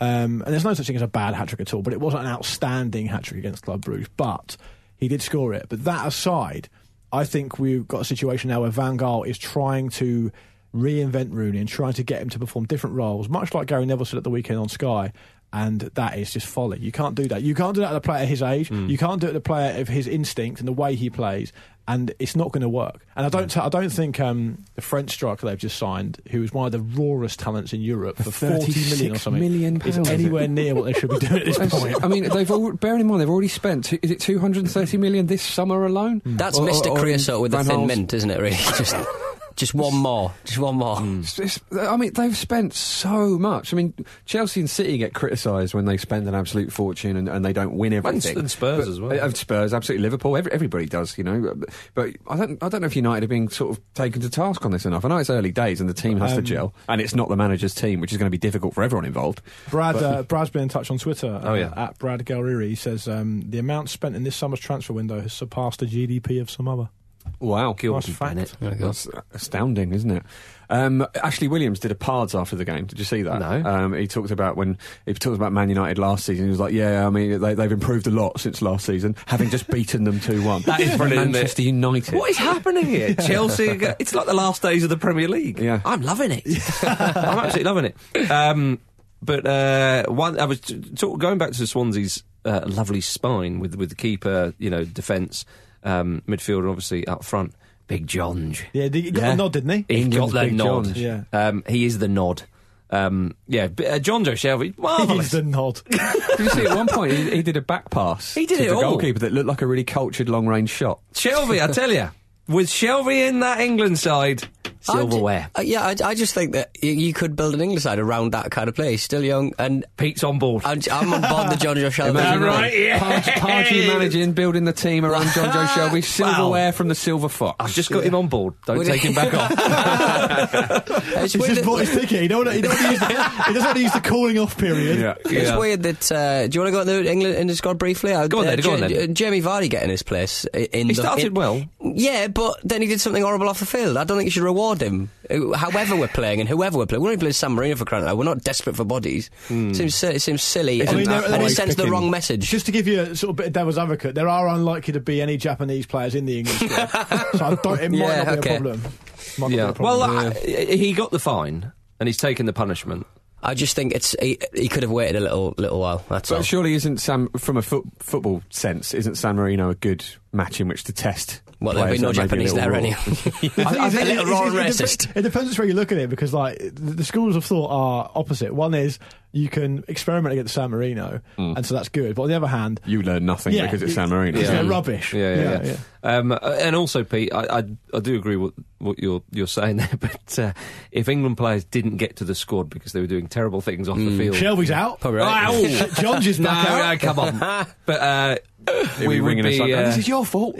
S2: um, and there's no such thing as a bad hat trick at all, but it wasn't an outstanding hat trick against Club Brugge, but he did score it. But that aside, I think we've got a situation now where Van Gaal is trying to reinvent Rooney and trying to get him to perform different roles, much like Gary Neville said at the weekend on Sky. And that is just folly. You can't do that. You can't do that at a player his age. You can't do it at a player of his instinct and the way he plays. And it's not going to work. And I don't. I I don't think um, the French striker they've just signed, who is one of the rawest talents in Europe, for forty million or
S4: 36
S2: something,
S4: million
S2: is
S4: pounds.
S2: anywhere near what they should be doing at this point.
S5: I mean, they've all, bearing in mind they've already spent two- is it 230 million this summer alone?
S3: That's
S5: Or- or-
S3: Mr.
S5: or in
S3: Creosote with the
S5: Van
S3: thin
S5: Hal's-
S3: mint, isn't it? Really, just, just one more, just one more.
S1: Hmm.
S5: It's- it's-
S4: I mean, they've spent so much. I mean, Chelsea and City get criticised when they spend an absolute fortune and, and they don't win everything.
S1: and Spurs
S4: But-
S1: as well.
S4: uh, Spurs, absolutely. Liverpool, every, everybody does, you know. But, but I don't, I don't know if United are being sort of taken to task on this enough. I know it's early days and the team has to
S2: Um,
S4: gel, and it's not the manager's team, which is going to be difficult for everyone involved.
S2: Brad, uh, Brad's been in touch on Twitter. Uh,
S1: Oh, yeah.
S2: at Brad Galrieri. He says um, the amount spent in this summer's transfer window has surpassed the GDP of some other.
S4: Wow,
S2: Nice fact.
S4: That's astounding, isn't it? Um, Ashley Williams did a Pards after the game. Did you see that?
S1: No.
S4: Um, he talked about when he talked about Man United last season. He was like, "Yeah, I mean, they, they've improved a lot since last season, having just beaten them two one.
S1: That is brilliant, isn't it?
S4: Manchester United.
S1: What is happening here? Chelsea. It's like the last days of the Premier League.
S4: Yeah.
S1: I'm loving it. I'm absolutely loving it. Um, but uh, one, I was t- talk, going back to Swansea's uh, lovely spine with with the keeper, you know, defence, um, midfielder, obviously up front. Big John.
S2: Yeah, he got
S4: Yeah.
S2: a nod, didn't he?
S1: He got
S4: England's
S1: the
S4: Big
S1: nod.
S4: Jonge.
S2: Yeah.
S1: Um, he is the nod. Um, yeah, but, uh, John Joe Shelby, marvellous.
S2: He's the nod.
S4: did you see at one point he, he did a back pass?
S1: He did
S4: to
S1: it
S4: the
S1: all.
S4: goalkeeper that looked like a really cultured long range shot.
S1: Shelby, I tell you, with Shelby in that England side,
S3: I ju-
S1: silverware.
S3: uh, yeah, I, I just think that you, you could build an England side around that kind of play. He's still young, and
S1: Pete's on board.
S3: I'm, I'm on board the Johnny O'Shelby.
S4: Imagine
S1: right,
S4: that.
S1: yeah.
S4: Pardew- Pardew managing, building the team around John Joe Shelby, silverware from the Silver Fox.
S1: I've just got him on board. Don't
S3: Would
S1: take
S3: it-
S1: him back off.
S3: It's
S2: He's
S3: weird
S2: just
S3: that-
S2: bought his ticket. He, don't wanna, he, don't wanna use the, he doesn't want to use the calling off period.
S4: yeah.
S3: It's
S1: Yeah.
S3: weird that. Uh, do you want to go into England in the squad briefly? I,
S1: Go on then, go on
S3: Ja-
S1: then.
S3: uh, Jamie Vardy getting his place. i- In
S1: He
S3: the,
S1: started
S3: in-
S1: well.
S3: Yeah, but then he did something horrible off the field. I don't think you should reward him. Uh, However, we're playing and whoever we're playing, we're only playing San Marino for crying out loud. We're not desperate for bodies. Seems si- it seems silly,
S2: I
S3: and,
S2: mean, they're-
S3: and
S2: they're
S3: it sends the
S4: picking-
S3: wrong message.
S2: Just to give you a sort of bit of devil's advocate, there are unlikely to be any Japanese players in the English squad, so I don't, it might
S3: Yeah,
S2: not be
S3: okay.
S2: a problem. Might not
S1: yeah.
S2: be a
S1: Well,
S2: problem.
S1: I, he got the fine and he's taken the punishment.
S3: I just think it's he, he could have waited a little little while. That's all.
S4: But surely isn't Sam, from a foot, football sense, isn't San Marino a good match in which to test?
S3: Well, there'll be
S4: players
S3: no
S4: that may a
S3: Japanese there
S4: little raw?
S3: anyway.
S2: The thing
S3: I
S2: is,
S3: think
S2: it-
S3: they're
S2: it's-
S3: all
S2: it's- it
S3: racist.
S2: dep- It depends which way you look at it because, like, the, the schools of thought are opposite. One is you can experiment against San Marino, and so that's good. But on the other hand,
S4: You learn nothing
S2: Yeah,
S4: because it's
S2: it-
S4: San Marino.
S2: it's
S1: Yeah.
S2: they're rubbish.
S1: Yeah, yeah, yeah. Um, uh, and also, Pete, I, I, I do agree with what you're you're saying there. But uh, if England players didn't get to the squad because they were doing terrible things off
S4: Mm.
S1: the field,
S2: Shelby's out. Oh,
S3: All right.
S1: Ow!
S2: John's is
S1: no,
S2: back out.
S1: no, come on. But uh,
S4: He'll
S1: we
S4: be
S1: would
S4: ringing us
S1: be.
S4: like, "Oh,
S1: uh,
S4: this is your fault.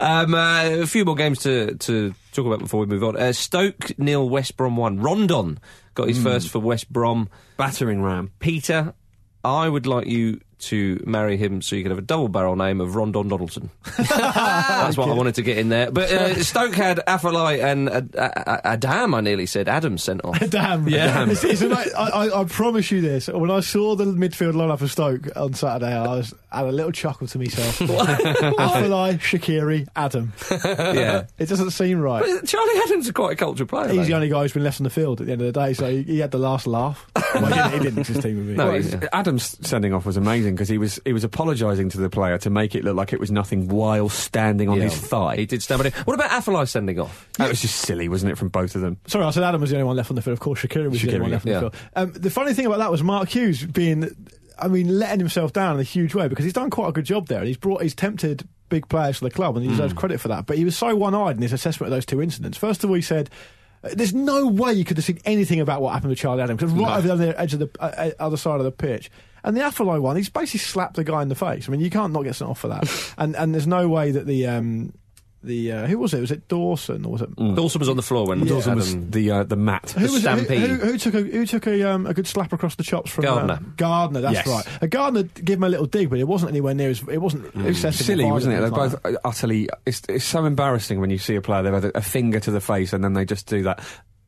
S1: um, uh, a few more games to, to talk about before we move on. Uh, Stoke nil, West Brom one.
S4: Mm.
S1: Rondon got his first for West Brom.
S4: Battering ram.
S1: Peter, I would like you to marry him so you could have a double barrel name of Rondon Donaldson. That's what I wanted to get in there. But uh, Stoke had Atherley and uh, uh, Adam, I nearly said, Adam sent off.
S2: Damn.
S1: Yeah. Damn.
S2: It's, it's a night- I, I, I promise you this. When I saw the midfield lineup of Stoke on Saturday, I was had a little chuckle to myself. Afalai, Shakiri, Adam.
S1: yeah.
S2: It doesn't seem right.
S1: But uh, Charlie Adams is quite a cultured player.
S2: He's
S1: though.
S2: the only guy who's been left on the field at the end of the day, so he, he had the last laugh. Well, he didn't- he didn't 'cause his team would be.
S1: No,
S4: Well,
S1: he's-
S4: it's- Adam's sending off was amazing because he was he was apologising to the player to make it look like it was nothing while standing on
S1: Yeah.
S4: his thigh.
S1: He did stab at him. What about Atherley sending off?
S4: That was just silly, wasn't it, from both of them?
S2: Sorry, I said Adam was the only one left on the field. Of course, Shakiri was the only
S4: Shaqiri,
S2: one left
S1: yeah.
S2: on the field. Um, the funny thing about that was Mark Hughes being, I mean, letting himself down in a huge way because he's done quite a good job there, and he's brought, he's tempted big players to the club, and he deserves credit for that. But he was so one-eyed in his assessment of those two incidents. First of all, he said. "Uh, There's no way you could have seen anything about what happened with Charlie Adam because right over the edge of the uh, uh, other side of the pitch. And the Atherlow one, he's basically slapped the guy in the face. I mean, you can't not get sent off for that. and and there's no way that the um, the uh, who was it? Was it Dawson or was it
S1: Dawson was on the floor when
S4: Dawson
S1: Adam...
S4: was the uh, the mat.
S1: Who- was-
S2: Who,
S1: Stampede.
S2: who took a who took a um, a good slap across the chops from uh,
S1: Gardner.
S2: Gardner, that's
S4: Yes.
S2: right. A Gardner gave him a little dig, but it wasn't anywhere near as it wasn't
S1: Hmm.
S2: excessively
S4: silly,
S2: violent
S4: wasn't it?
S2: or
S4: They're
S2: anything like
S4: both uh, utterly. It's, it's so embarrassing when you see a player they've had a, a finger to the face and then they just do that.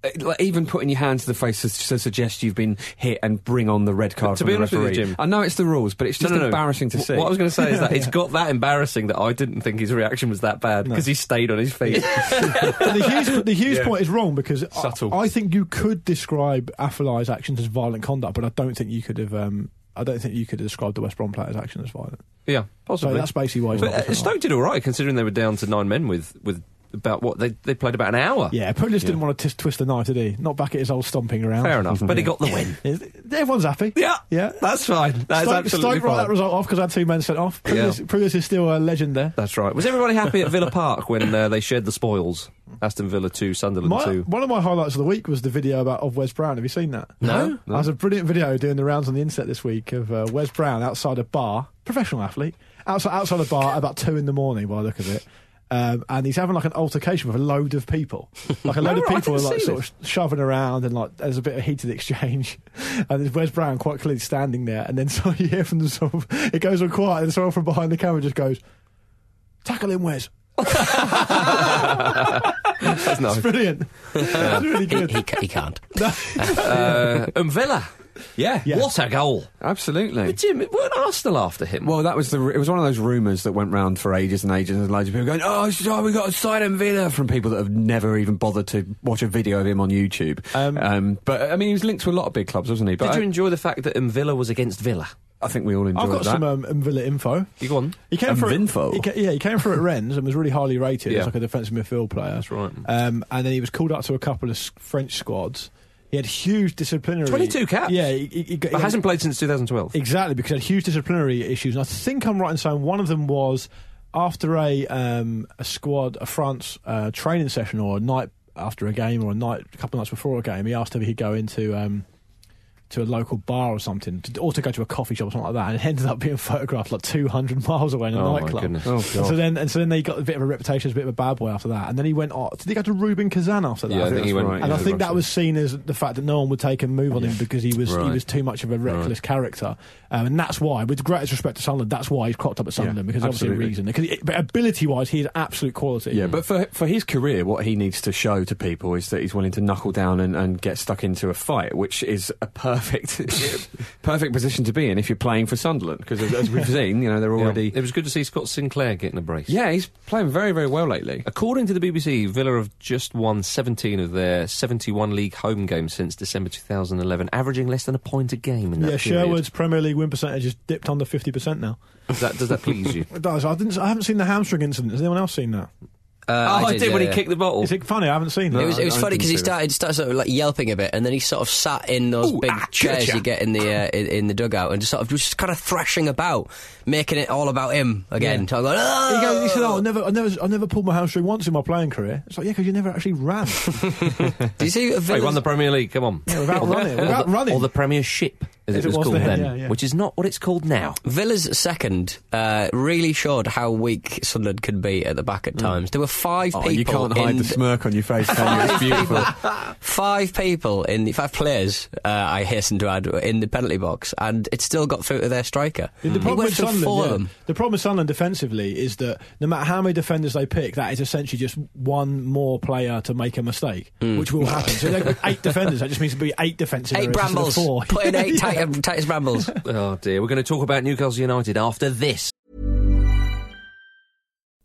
S4: Uh, Like even putting your hand to the face to, to suggest you've been hit and bring on the red card
S1: to
S4: from
S1: be
S4: the
S1: honest with you,
S4: referee.
S1: Jim-
S4: I know it's the rules, but it's just embarrassing to
S1: W-
S4: see.
S1: What I was going to say is that it's got that embarrassing that I didn't think his reaction was that bad because he stayed on his feet.
S2: that. But the Hughes, the Hughes
S4: Yeah.
S2: point is wrong because I-
S4: Subtle.
S2: I, think you could describe Athelai's actions as violent conduct, but I don't think you could have. Um, I don't think you could have described the West Brom player's action as violent.
S1: yeah,
S2: So
S1: possibly.
S2: that's basically why. He's
S1: but
S2: not
S1: uh,
S2: looking
S1: Stoke
S2: right.
S1: did all right considering they were down to nine men with with about what they they played about an hour.
S2: Yeah, Pulis didn't want to t- twist the knife, did he? Not back at his old stomping around.
S1: fair enough. But he got the win.
S2: Is- Everyone's happy.
S1: Yeah,
S2: yeah.
S1: that's fine. That's
S2: Stoke,
S1: absolutely
S2: Stoke brought that
S1: fine.
S2: result off because I had two men sent off. Pulis,
S1: Yeah.
S2: Pulis is still a legend there.
S1: That's right. Was everybody happy at Villa Park when uh, they shared the spoils? Aston Villa two, Sunderland
S2: My,
S1: two.
S2: one of my highlights of the week was the video about of Wes Brown. Have you seen that?
S1: No.
S2: That was a brilliant video doing the rounds on the internet this week of uh, Wes Brown outside a bar, professional athlete, outside outside a bar about two in the morning. By the look of it. Um, and he's having like an altercation with a load of people. Like a load of
S1: Alright, Oh, I
S2: people are
S1: didn't
S2: like
S1: see
S2: sort of shoving around and like there's a bit of heated exchange. And there's Wes Brown quite clearly standing there. And then so you hear from the sort of, it goes on quiet and someone from behind the camera just goes, tackle him, Wes.
S1: That's nice.
S2: It's brilliant. it's really
S3: He,
S2: good.
S3: he, ca- he can't.
S1: Uh, and Villa.
S4: yeah,
S2: Yeah.
S1: What a goal!
S4: absolutely.
S1: But Jim, weren't Arsenal after him?
S4: Well, that was the. It was one of those rumours that went round for ages and ages, and loads of people going, "Oh, it's- oh we got a Silent Villa" from people that have never even bothered to watch a video of him on YouTube.
S2: Um,
S4: Um, but I mean, he was linked to a lot of big clubs, wasn't he? But
S1: Did you
S4: I,
S1: enjoy the fact that Villa was against Villa?
S4: I think we all enjoyed
S2: I've got
S4: that.
S1: uh,
S2: some um, um, Villa info.
S1: You go on.
S2: He came
S4: Um,
S2: for
S4: Vinfo?
S2: He ca- yeah, he came for at Rennes and was really highly rated
S1: Yeah.
S2: as like a defensive midfield player.
S1: That's right.
S2: Um, and then he was called up to a couple of s- French squads. He had huge disciplinary.
S1: 22 caps.
S2: Yeah, he, he, he got-
S1: But
S2: he
S1: hasn't played since 2012.
S2: Exactly, because he had huge disciplinary issues. And I think I'm right in saying one of them was after a um, a squad, a France uh, training session, or a night after a game, or a night a couple of nights before a game. He asked if he could go into um, to a local bar or something, to, or to go to a coffee shop or something like that, and it ended up being photographed like 200 miles away in a
S1: Oh, my
S2: nightclub.
S1: goodness.
S4: Oh,
S2: And
S4: God.
S2: so then, and so then they got a bit of a reputation as a bit of a bad boy after that. And then he went on. Did he go to Rubin Kazan after that?
S1: Yeah, I
S4: think he went-
S2: And
S4: yeah,
S2: I think that
S4: Russia.
S2: was seen as the fact that no one would take a move on him because he was he
S1: Right.
S2: was too much of a reckless character, um, and that's why, with the greatest respect to Sunderland, that's why he's cropped up at Sunderland because obviously a
S4: absolutely.
S2: reason. Because he- but ability wise, he is absolute quality.
S3: Mm.
S4: Yeah, but for for his career, what he needs to show to people is that he's willing to knuckle down and, and get stuck into a fight, which is a perfect perfect position to be in if you're playing for Sunderland, because as, as we've seen, you know they're already.
S1: It was good to see Scott Sinclair getting a brace.
S4: Yeah, he's playing very very well lately.
S1: According to the BBC, Villa have just won 17 of their 71 league home games since December 2011, averaging less than a point a game in that
S2: Yeah,
S1: period.
S2: Sherwood's Premier League win percentage has dipped under fifty percent now.
S1: Does that, does that please you?
S2: It does. I didn't. I haven't seen the hamstring incident. Has anyone else seen that?
S3: Uh,
S1: oh, I did, when
S3: yeah.
S1: he kicked the bottle.
S2: Is it funny? I haven't seen that.
S3: It was, it was
S4: I
S3: funny because he
S4: didn't see
S3: started,
S4: that.
S3: started sort of like yelping a bit, and then he sort of sat in those
S4: Ooh,
S3: big
S4: ah,
S3: chairs
S4: cha-cha.
S3: you get in the uh, in, in the dugout, and just sort of just kind of thrashing about, making it all about him again. So I'm like, "Ah!"
S2: He, goes, he said, "Oh, I never, I never, I never pulled my hamstring once in my playing career." It's like, yeah, because you never actually ran.
S3: "Did "Ah!" you see?"
S1: Hey,
S3: Villa's-
S1: won the Premier League, come on.
S2: Yeah, without
S1: Or the-
S2: running,
S1: or
S2: without
S1: the,
S2: running.
S1: Or the Premiership, as it,
S2: As it
S1: was,
S2: was
S1: called
S2: then,
S1: then,
S2: yeah, yeah.
S1: which is not what it's called now.
S3: Villa's second uh, really showed how weak Sunderland could be at the back at times. They were five
S4: Oh,
S3: people.
S4: you can't hide
S3: in
S4: the smirk on your face, can you? It's beautiful.
S3: Five people in the five players, uh, I hasten to add, were in the penalty box, and it still got through to their striker.
S2: The, the
S3: It
S2: problem
S3: went
S2: with
S3: through
S2: Sunderland,
S3: four of
S2: yeah.
S3: them.
S2: the problem with Sunderland defensively is that no matter how many defenders they pick, that is essentially just one more player to make a mistake, which will happen. so they've got eight defenders. That just means to be eight defensive.
S3: Hmm. Eight
S2: errors instead of Four.
S3: brambles. Put in eight
S2: Yeah.
S3: tight, tightest brambles.
S1: Oh dear, we're going to talk about Newcastle United after this.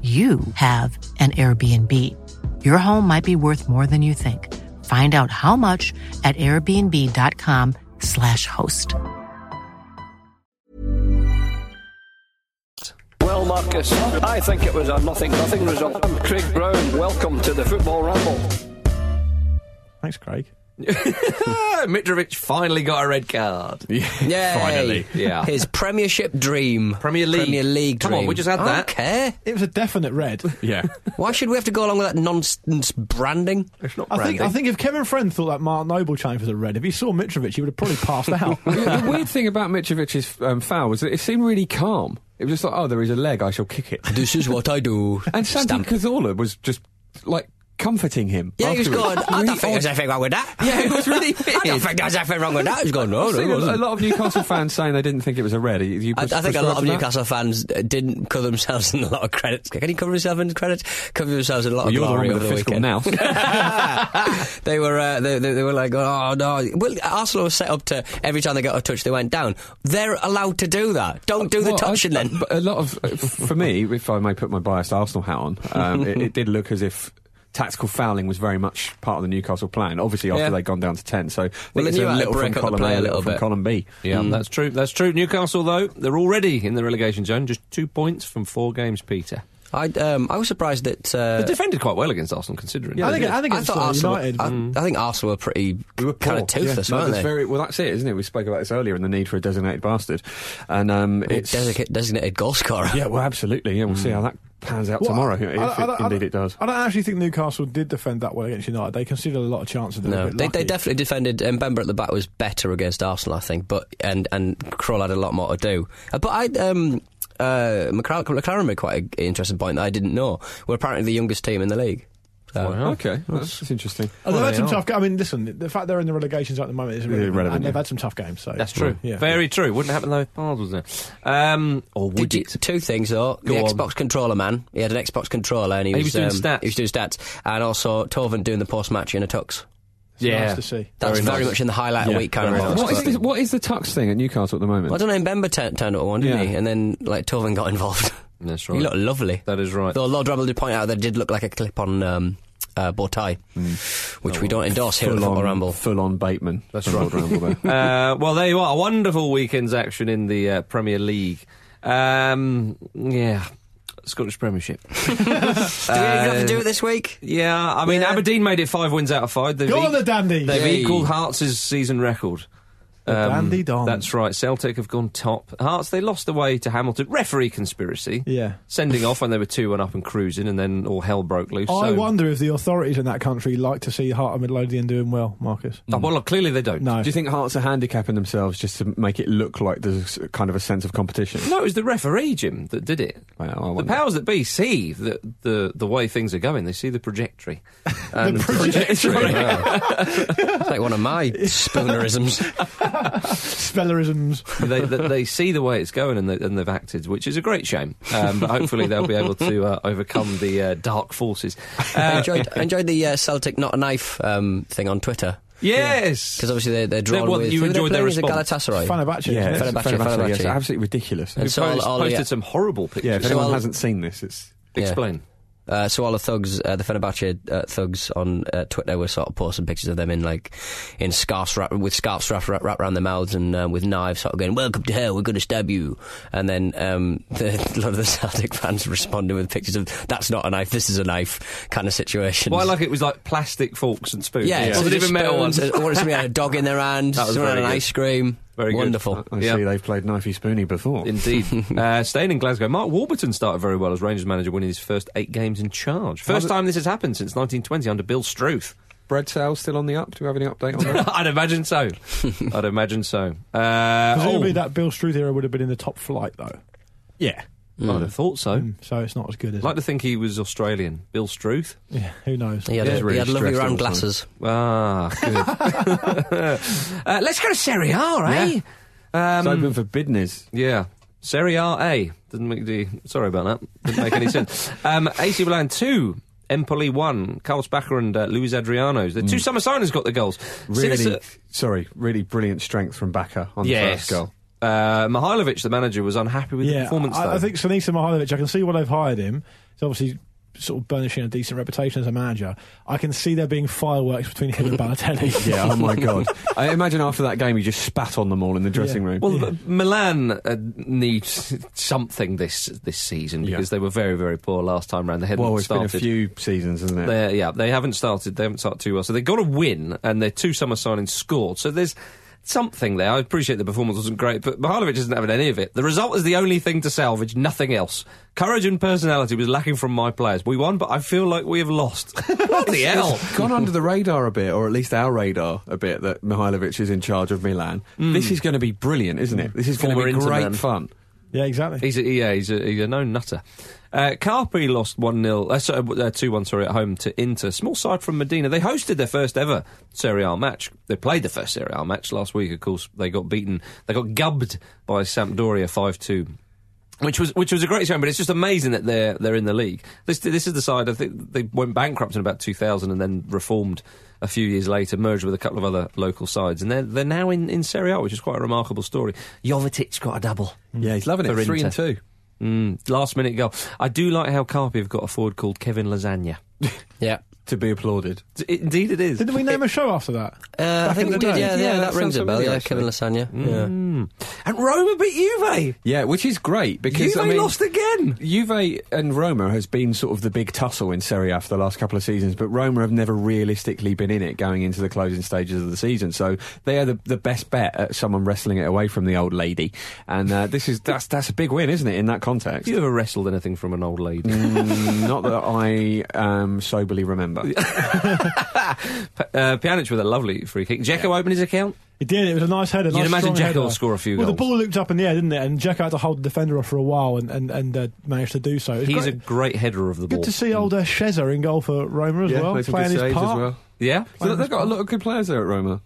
S6: you have an Airbnb. Your home might be worth more than you think. Find out how much at airbnb.com/slash host.
S7: Well, Marcus, I think it was a nothing nothing result. I'm Craig Brown. Welcome to the Football Ramble.
S2: Thanks, Craig.
S1: Ah, Mitrovic finally got a red card.
S3: Yay.
S1: Finally. Yeah.
S3: His Premiership dream.
S1: Premier League.
S3: Premier League
S1: Come on,
S3: dream.
S1: we just had
S3: I
S1: that.
S3: don't care.
S2: It was a definite red.
S4: yeah.
S3: Why should we have to go along with that nonsense branding?
S1: It's not
S2: I think, I
S1: branding.
S2: think if Kevin Friend thought that Mark Noble challenge was a red, if he saw Mitrovic, he would have probably passed out.
S5: the weird thing about Mitrovic's um, foul was that it seemed really calm. It was just like, oh, there is a leg, I shall kick it.
S3: This is what I do.
S5: And Santi
S3: Stamp.
S5: Cazorla was just like comforting him.
S3: Yeah, he's
S5: afterwards.
S3: gone. I
S5: Really
S3: don't think
S5: odd.
S3: there's anything wrong with that.
S5: Yeah, it was really
S3: I don't
S5: weird.
S3: think there's anything wrong with that. He's gone. No,
S5: I've
S3: no,
S5: seen
S3: it
S5: a, a
S3: wasn't.
S5: lot of Newcastle fans saying they didn't think it was a red. You- you
S3: I, I
S5: pres-
S3: think a
S5: prescribe
S3: lot of
S5: to that?
S3: Newcastle fans uh, didn't cover themselves in a lot of credits. Can you cover yourself in credits? Cover themselves in a lot
S5: Well,
S3: of
S5: you're the one
S3: glory
S5: with
S3: over
S5: the
S3: the
S5: fiscal
S3: weekend.
S5: mouth.
S3: they were uh, they, they, they were like, oh no. Well, Arsenal was set up to every time they got a touch, they went down. They're allowed to do that. Don't do the
S5: Well, I-
S3: touching
S5: I-
S3: then.
S5: But a lot of, uh, for me, if I may put my biased Arsenal hat on, um, it, it did look as if tactical fouling was very much part of the Newcastle plan. Obviously, after
S3: Yeah.
S5: they'd gone down to ten, so I think
S3: Well, they
S5: it's
S3: knew
S5: a
S3: how to
S5: little from
S3: break up the
S5: column
S3: play
S5: a,
S3: a
S5: little
S3: little
S5: from
S3: bit.
S5: column B.
S1: Yeah,
S2: mm.
S1: that's true. That's true. Newcastle, though, they're already in the relegation zone, just two points from four games, Peter.
S3: I um, I was surprised that. Uh,
S1: They defended quite well against Arsenal, considering.
S2: I think, I think
S3: I
S2: it's
S5: uh,
S3: thought Arsenal.
S2: United.
S3: I, I think Arsenal were Mm. pretty kind of
S5: Mm. Poor, yeah.
S3: toothless,
S5: No,
S3: weren't
S5: that's
S3: they?
S5: very- well, that's it, isn't it? We spoke about this earlier and the need for a designated bastard, and um, it's
S3: Designated, designated goal scorer.
S5: yeah, well, absolutely. Yeah, we'll
S3: Hmm.
S5: see how that pans out
S2: Well,
S5: tomorrow.
S2: I-
S5: if
S2: I- I-
S5: it-
S2: I-
S5: indeed, it does.
S2: I don't actually think Newcastle did defend that well against United. They conceded a lot of chances. They, were a
S3: No,
S2: bit
S3: they, they
S2: lucky.
S3: definitely defended. And Bember at the back was better against Arsenal, I think. But and and Kroll had a lot more to do. Uh, But I um uh McLaren, McLaren made quite an interesting point that I didn't know. We're apparently the youngest team in the league. So-
S5: Okay, that's, that's interesting.
S2: And they've had some tough. ga- I mean, listen, the fact they're in the relegations at the moment is irrelevant.
S5: irrelevant,
S2: and they've
S5: yeah.
S2: had some tough games. So
S1: That's true.
S2: Yeah.
S1: Very true. Wouldn't happen though if Barnes was there. Um, or would
S3: Did you,
S1: it?
S3: two things though.
S1: Go
S3: the
S1: on.
S3: Xbox controller man. He had an Xbox controller and he,
S1: He
S3: was,
S1: was doing stats.
S3: um, He was doing stats, and also Torvin doing the post match in a tux.
S2: It's nice to see.
S3: That's
S1: Very
S3: very,
S1: nice.
S3: much in the highlight
S5: Yeah,
S3: of week kind
S5: very
S3: of.
S5: nice. What is, this, what is the tux thing at Newcastle at the moment?
S3: Well, I don't know. and Bember t- turned up one, didn't
S5: Yeah.
S3: he? And then like Torvin got involved.
S1: That's
S3: he
S1: right.
S3: looked lovely.
S1: That is right. Uh,
S3: Though Lord Rebel did point out that it did look like a clip on um, uh, bow tie, which we don't endorse here at the
S5: full
S3: Football
S5: on,
S3: Ramble.
S5: full on Bateman. That's
S1: right.
S5: Ramble there.
S1: uh, well, there you are. Wonderful weekend's action in the uh, Premier League. Um, yeah, Scottish Premiership.
S3: do we have to do it this week?
S1: Yeah, I mean
S3: Yeah.
S1: Aberdeen made it five wins out of five. They've,
S2: Go on,
S1: e-
S2: the dandy.
S1: they've
S3: Yay.
S1: equaled Hearts' season record. Um,
S2: The Dandy Dons.
S1: That's right. Celtic have gone top. Hearts, they lost away to Hamilton. Referee conspiracy.
S2: Yeah.
S1: Sending off when they were 2 1 up and cruising, and then all hell broke loose.
S2: I
S1: so-
S2: wonder if the authorities in that country like to see Heart of Midlothian doing well, Marcus.
S1: Oh, well, look, clearly they don't.
S2: No.
S4: Do you think Hearts are handicapping themselves just to make it look like there's a kind of a sense of competition?
S1: No, it was the referee, Jim, that did it.
S4: Well, I
S1: the
S4: wonder.
S1: powers that be see the, the, the way things are going. They see the trajectory. And-
S3: It's like one of my spoonerisms.
S2: Spellerisms.
S1: they, they, they see the way it's going and, they, and they've acted, which is a great shame. Um, but hopefully they'll be able to uh, overcome the uh, dark forces.
S3: I
S1: Uh,
S3: enjoyed, I enjoyed the uh, Celtic not a knife um, thing on Twitter
S1: yes,
S3: because obviously they're, they're drawn
S1: what-
S3: with
S1: you
S3: who are they
S1: enjoyed their
S3: playing? Is it
S1: response.
S3: Galatasaray.
S2: Fenerbahce.
S4: Yeah,
S2: isn't it?
S3: Fenerbahce, Fenerbahce.
S4: yes, absolutely ridiculous.
S3: And so all,
S1: Post-
S3: all,
S1: posted
S3: yeah,
S1: some horrible pictures.
S4: yeah, if anyone
S3: I'll-
S4: hasn't seen this, it's
S3: yeah.
S1: Explain.
S3: Uh, so all the thugs, uh, the Fenerbahce uh, thugs on uh, Twitter were sort of posting pictures of them in like in scarves wrap, with scarves wrapped wrapped wrapped around their mouths and um, with knives, sort of going "Welcome to hell, we're going to stab you." And then um, the, a lot of the Celtic fans responded with pictures of "That's not a knife, this is a knife" kind of situation.
S1: Well, I like it was like plastic forks and spoons.
S3: yeah,
S1: it
S3: so
S1: wasn't
S3: just
S1: even metal
S3: spoons,
S1: ones.
S3: uh, Or somebody had a dog in their hand.
S1: That was
S3: someone had
S1: very
S3: an
S1: good.
S3: ice cream.
S1: Very good.
S3: wonderful.
S4: I
S1: Yeah.
S4: see they've played knifey spoony before.
S1: Indeed. uh, staying in Glasgow, Mark Warburton started very well as Rangers manager, winning his first eight games in charge. First time this has happened since 1920 under Bill Struth.
S4: Bread sales still on the up. Do we have any update on that?
S1: I'd imagine so. I'd imagine so. Uh,
S2: Presumably
S1: oh,
S2: that Bill Struth era would have been in the top flight, though. Hmm,
S4: yeah.
S1: I'd have thought so.
S2: So it's not as good as.
S1: I'd like to think he was Australian. Bill Struth.
S2: yeah, who knows?
S3: He had,
S4: Yeah, it's
S3: he
S4: really
S3: had lovely
S4: stressed all
S3: round
S4: the time.
S3: glasses.
S1: Ah, good. uh, let's go to Serie A, eh?
S4: it's open for bidness.
S1: Yeah. Serie A. Didn't make the. Sorry about that. Didn't make any sense. Um, AC Milan 2. Empoli 1. Carlos Bacher and uh, Luis Adriano's. The two summer signers got the goals.
S4: Mm. Really,
S1: Sinisa-
S4: sorry, really brilliant strength from Backer on
S1: yes.
S4: the first goal.
S1: Uh, Mihailovic, the manager, was unhappy with the
S2: Yeah,
S1: performance, though.
S2: I, I think Sinisa Mihailovic, I can see why they've hired him. He's obviously sort of burnishing a decent reputation as a manager. I can see there being fireworks between him and Balotelli.
S4: Yeah, oh my god. I imagine after that game, he just spat on them all in the dressing room.
S1: Well, M- Milan uh, needs something this this season
S4: Yeah.
S1: because they were very very poor last time round. They hadn't
S4: well, it's
S1: started.
S4: been a few seasons, isn't it?
S1: They're- yeah, they haven't started. They haven't started too well. So they got a win, and their two summer signings scored. So there's something there. I appreciate the performance wasn't great, but Mihailovic isn't having any of it. The result is the only thing to salvage. Nothing else. Courage and personality was lacking from my players. We won, but I feel like we have lost. Bloody hell!
S4: It's gone under the radar a bit, or at least our radar a bit, that Mihailovic is in charge of Milan. This is going to be brilliant, isn't it? This is going to
S1: Mm. Former
S4: be
S1: Inter
S4: great
S1: man.
S4: fun.
S2: yeah, exactly.
S1: He's a, yeah, he's a, he's a known nutter. Uh, Carpi lost 1 0, uh, sorry, uh, 2 1, sorry, at home to Inter. Small side from Medina. They hosted their first ever Serie A match. They played the first Serie A match last week, of course. They got beaten, they got gubbed by Sampdoria 5 2. Which was which was a great shame, but it's just amazing that they're they're in the league. This this is the side I think they went bankrupt in about 2000 and then reformed a few years later, merged with a couple of other local sides, and they're they're now in, in Serie A, which is quite a remarkable story. Jovetic got a double.
S4: Yeah, he's loving it.
S1: Mm. For
S4: Three and
S1: Inter.
S4: two.
S1: Mm, last minute goal. I do like how Carpi have got a forward called Kevin Lasagna.
S3: Yeah.
S4: To be applauded.
S1: D- Indeed, it is.
S2: Didn't we name a show after that?
S3: Uh, I think we
S4: in the
S3: did.
S4: day.
S3: Yeah, yeah,
S4: Yeah, that
S3: that rings
S4: sounds
S3: a bell.
S4: familiar,
S3: Yeah, Kevin Lasagna. Yeah.
S1: Mm. And Roma beat Juve.
S4: Yeah, which is great because
S1: Juve
S4: I mean,
S1: lost again.
S4: Juve and Roma has been sort of the big tussle in Serie A for the last couple of seasons, but Roma have never realistically been in it going into the closing stages of the season. So they are the, the best bet at someone wrestling it away from the old lady, and uh, this is that's that's a big win, isn't it? In that context,
S1: Have you ever wrestled anything from an old lady?
S4: Mm, not that I um, soberly remember.
S1: P- uh, Pjanic with a lovely free kick. Dzeko opened his account.
S2: It did. It was a nice header.
S1: You'd
S2: nice
S1: imagine
S2: strong
S1: Dzeko
S2: header.
S1: will score a few
S2: well,
S1: goals.
S2: the ball looped up in the air, didn't it? And Jacko had to hold the defender off for a while and, and, and uh, managed to do so. It was
S1: He's
S2: great.
S1: a great header of the ball.
S2: Good to see old uh, Sheza in goal for Roma as
S4: Yeah,
S2: well,
S4: made some
S2: playing
S4: good
S2: his
S4: saves as
S2: part.
S4: well.
S1: yeah?
S4: So they've got a lot of good players there at Roma.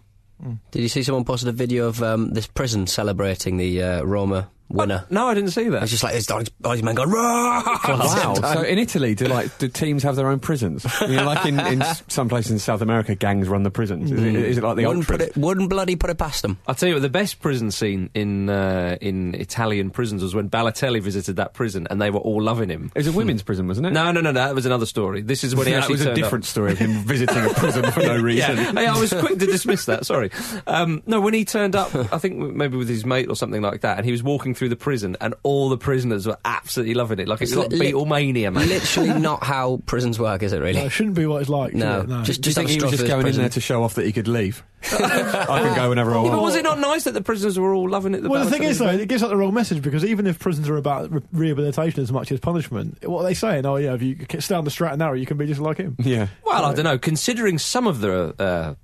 S3: Did you see someone posted a video of um, this prison celebrating the uh, Roma winner?
S1: No, I didn't see
S3: I was
S1: that.
S3: just like, this dog's all these men going, "Rah!"
S4: Wow! So in Italy, do like do teams have their own prisons? You know, like in, in s- some places in South America, gangs run the prisons. Is, it, is it like the
S3: wouldn't,
S4: ultras?
S3: put it, wouldn't bloody put it past them.
S1: I'll tell you what, the best prison scene in uh, in Italian prisons was when Balotelli visited that prison and they were all loving him.
S4: It was a women's prison, wasn't it?
S1: No, no, no, no, that was another story. This is when he
S4: That
S1: actually
S4: was a
S1: turned up.
S4: different story of him visiting a prison for no reason.
S1: Yeah. Hey, I was quick to dismiss that. Sorry. Um, no, when he turned up, I think maybe with his mate or something like that, and he was walking through the prison, and all the prisoners were absolutely loving it. Like it's like
S3: Li- li-
S1: Beatlemania, man.
S3: Literally not how prisons work, is it? Really?
S2: No, it Uh, shouldn't be what it's like. should
S3: No.
S2: it? no.
S3: Just-
S4: Do you think
S3: have a
S4: he was just
S3: Stratford's
S4: going in
S3: prison.
S4: there to show off that he could leave? I can go whenever I
S1: Yeah,
S4: want.
S1: but was it not nice that the prisoners were all loving it?
S2: well, the
S1: Balfour
S2: thing is, though,
S1: Beatlemania?
S2: it gives out the wrong message because even if prisons are about re- rehabilitation as much as punishment, what are they saying? Oh, yeah, if you k- stay on the straight and narrow, you can be just like him.
S4: Yeah.
S1: Well, I don't know. Considering some of the, uh,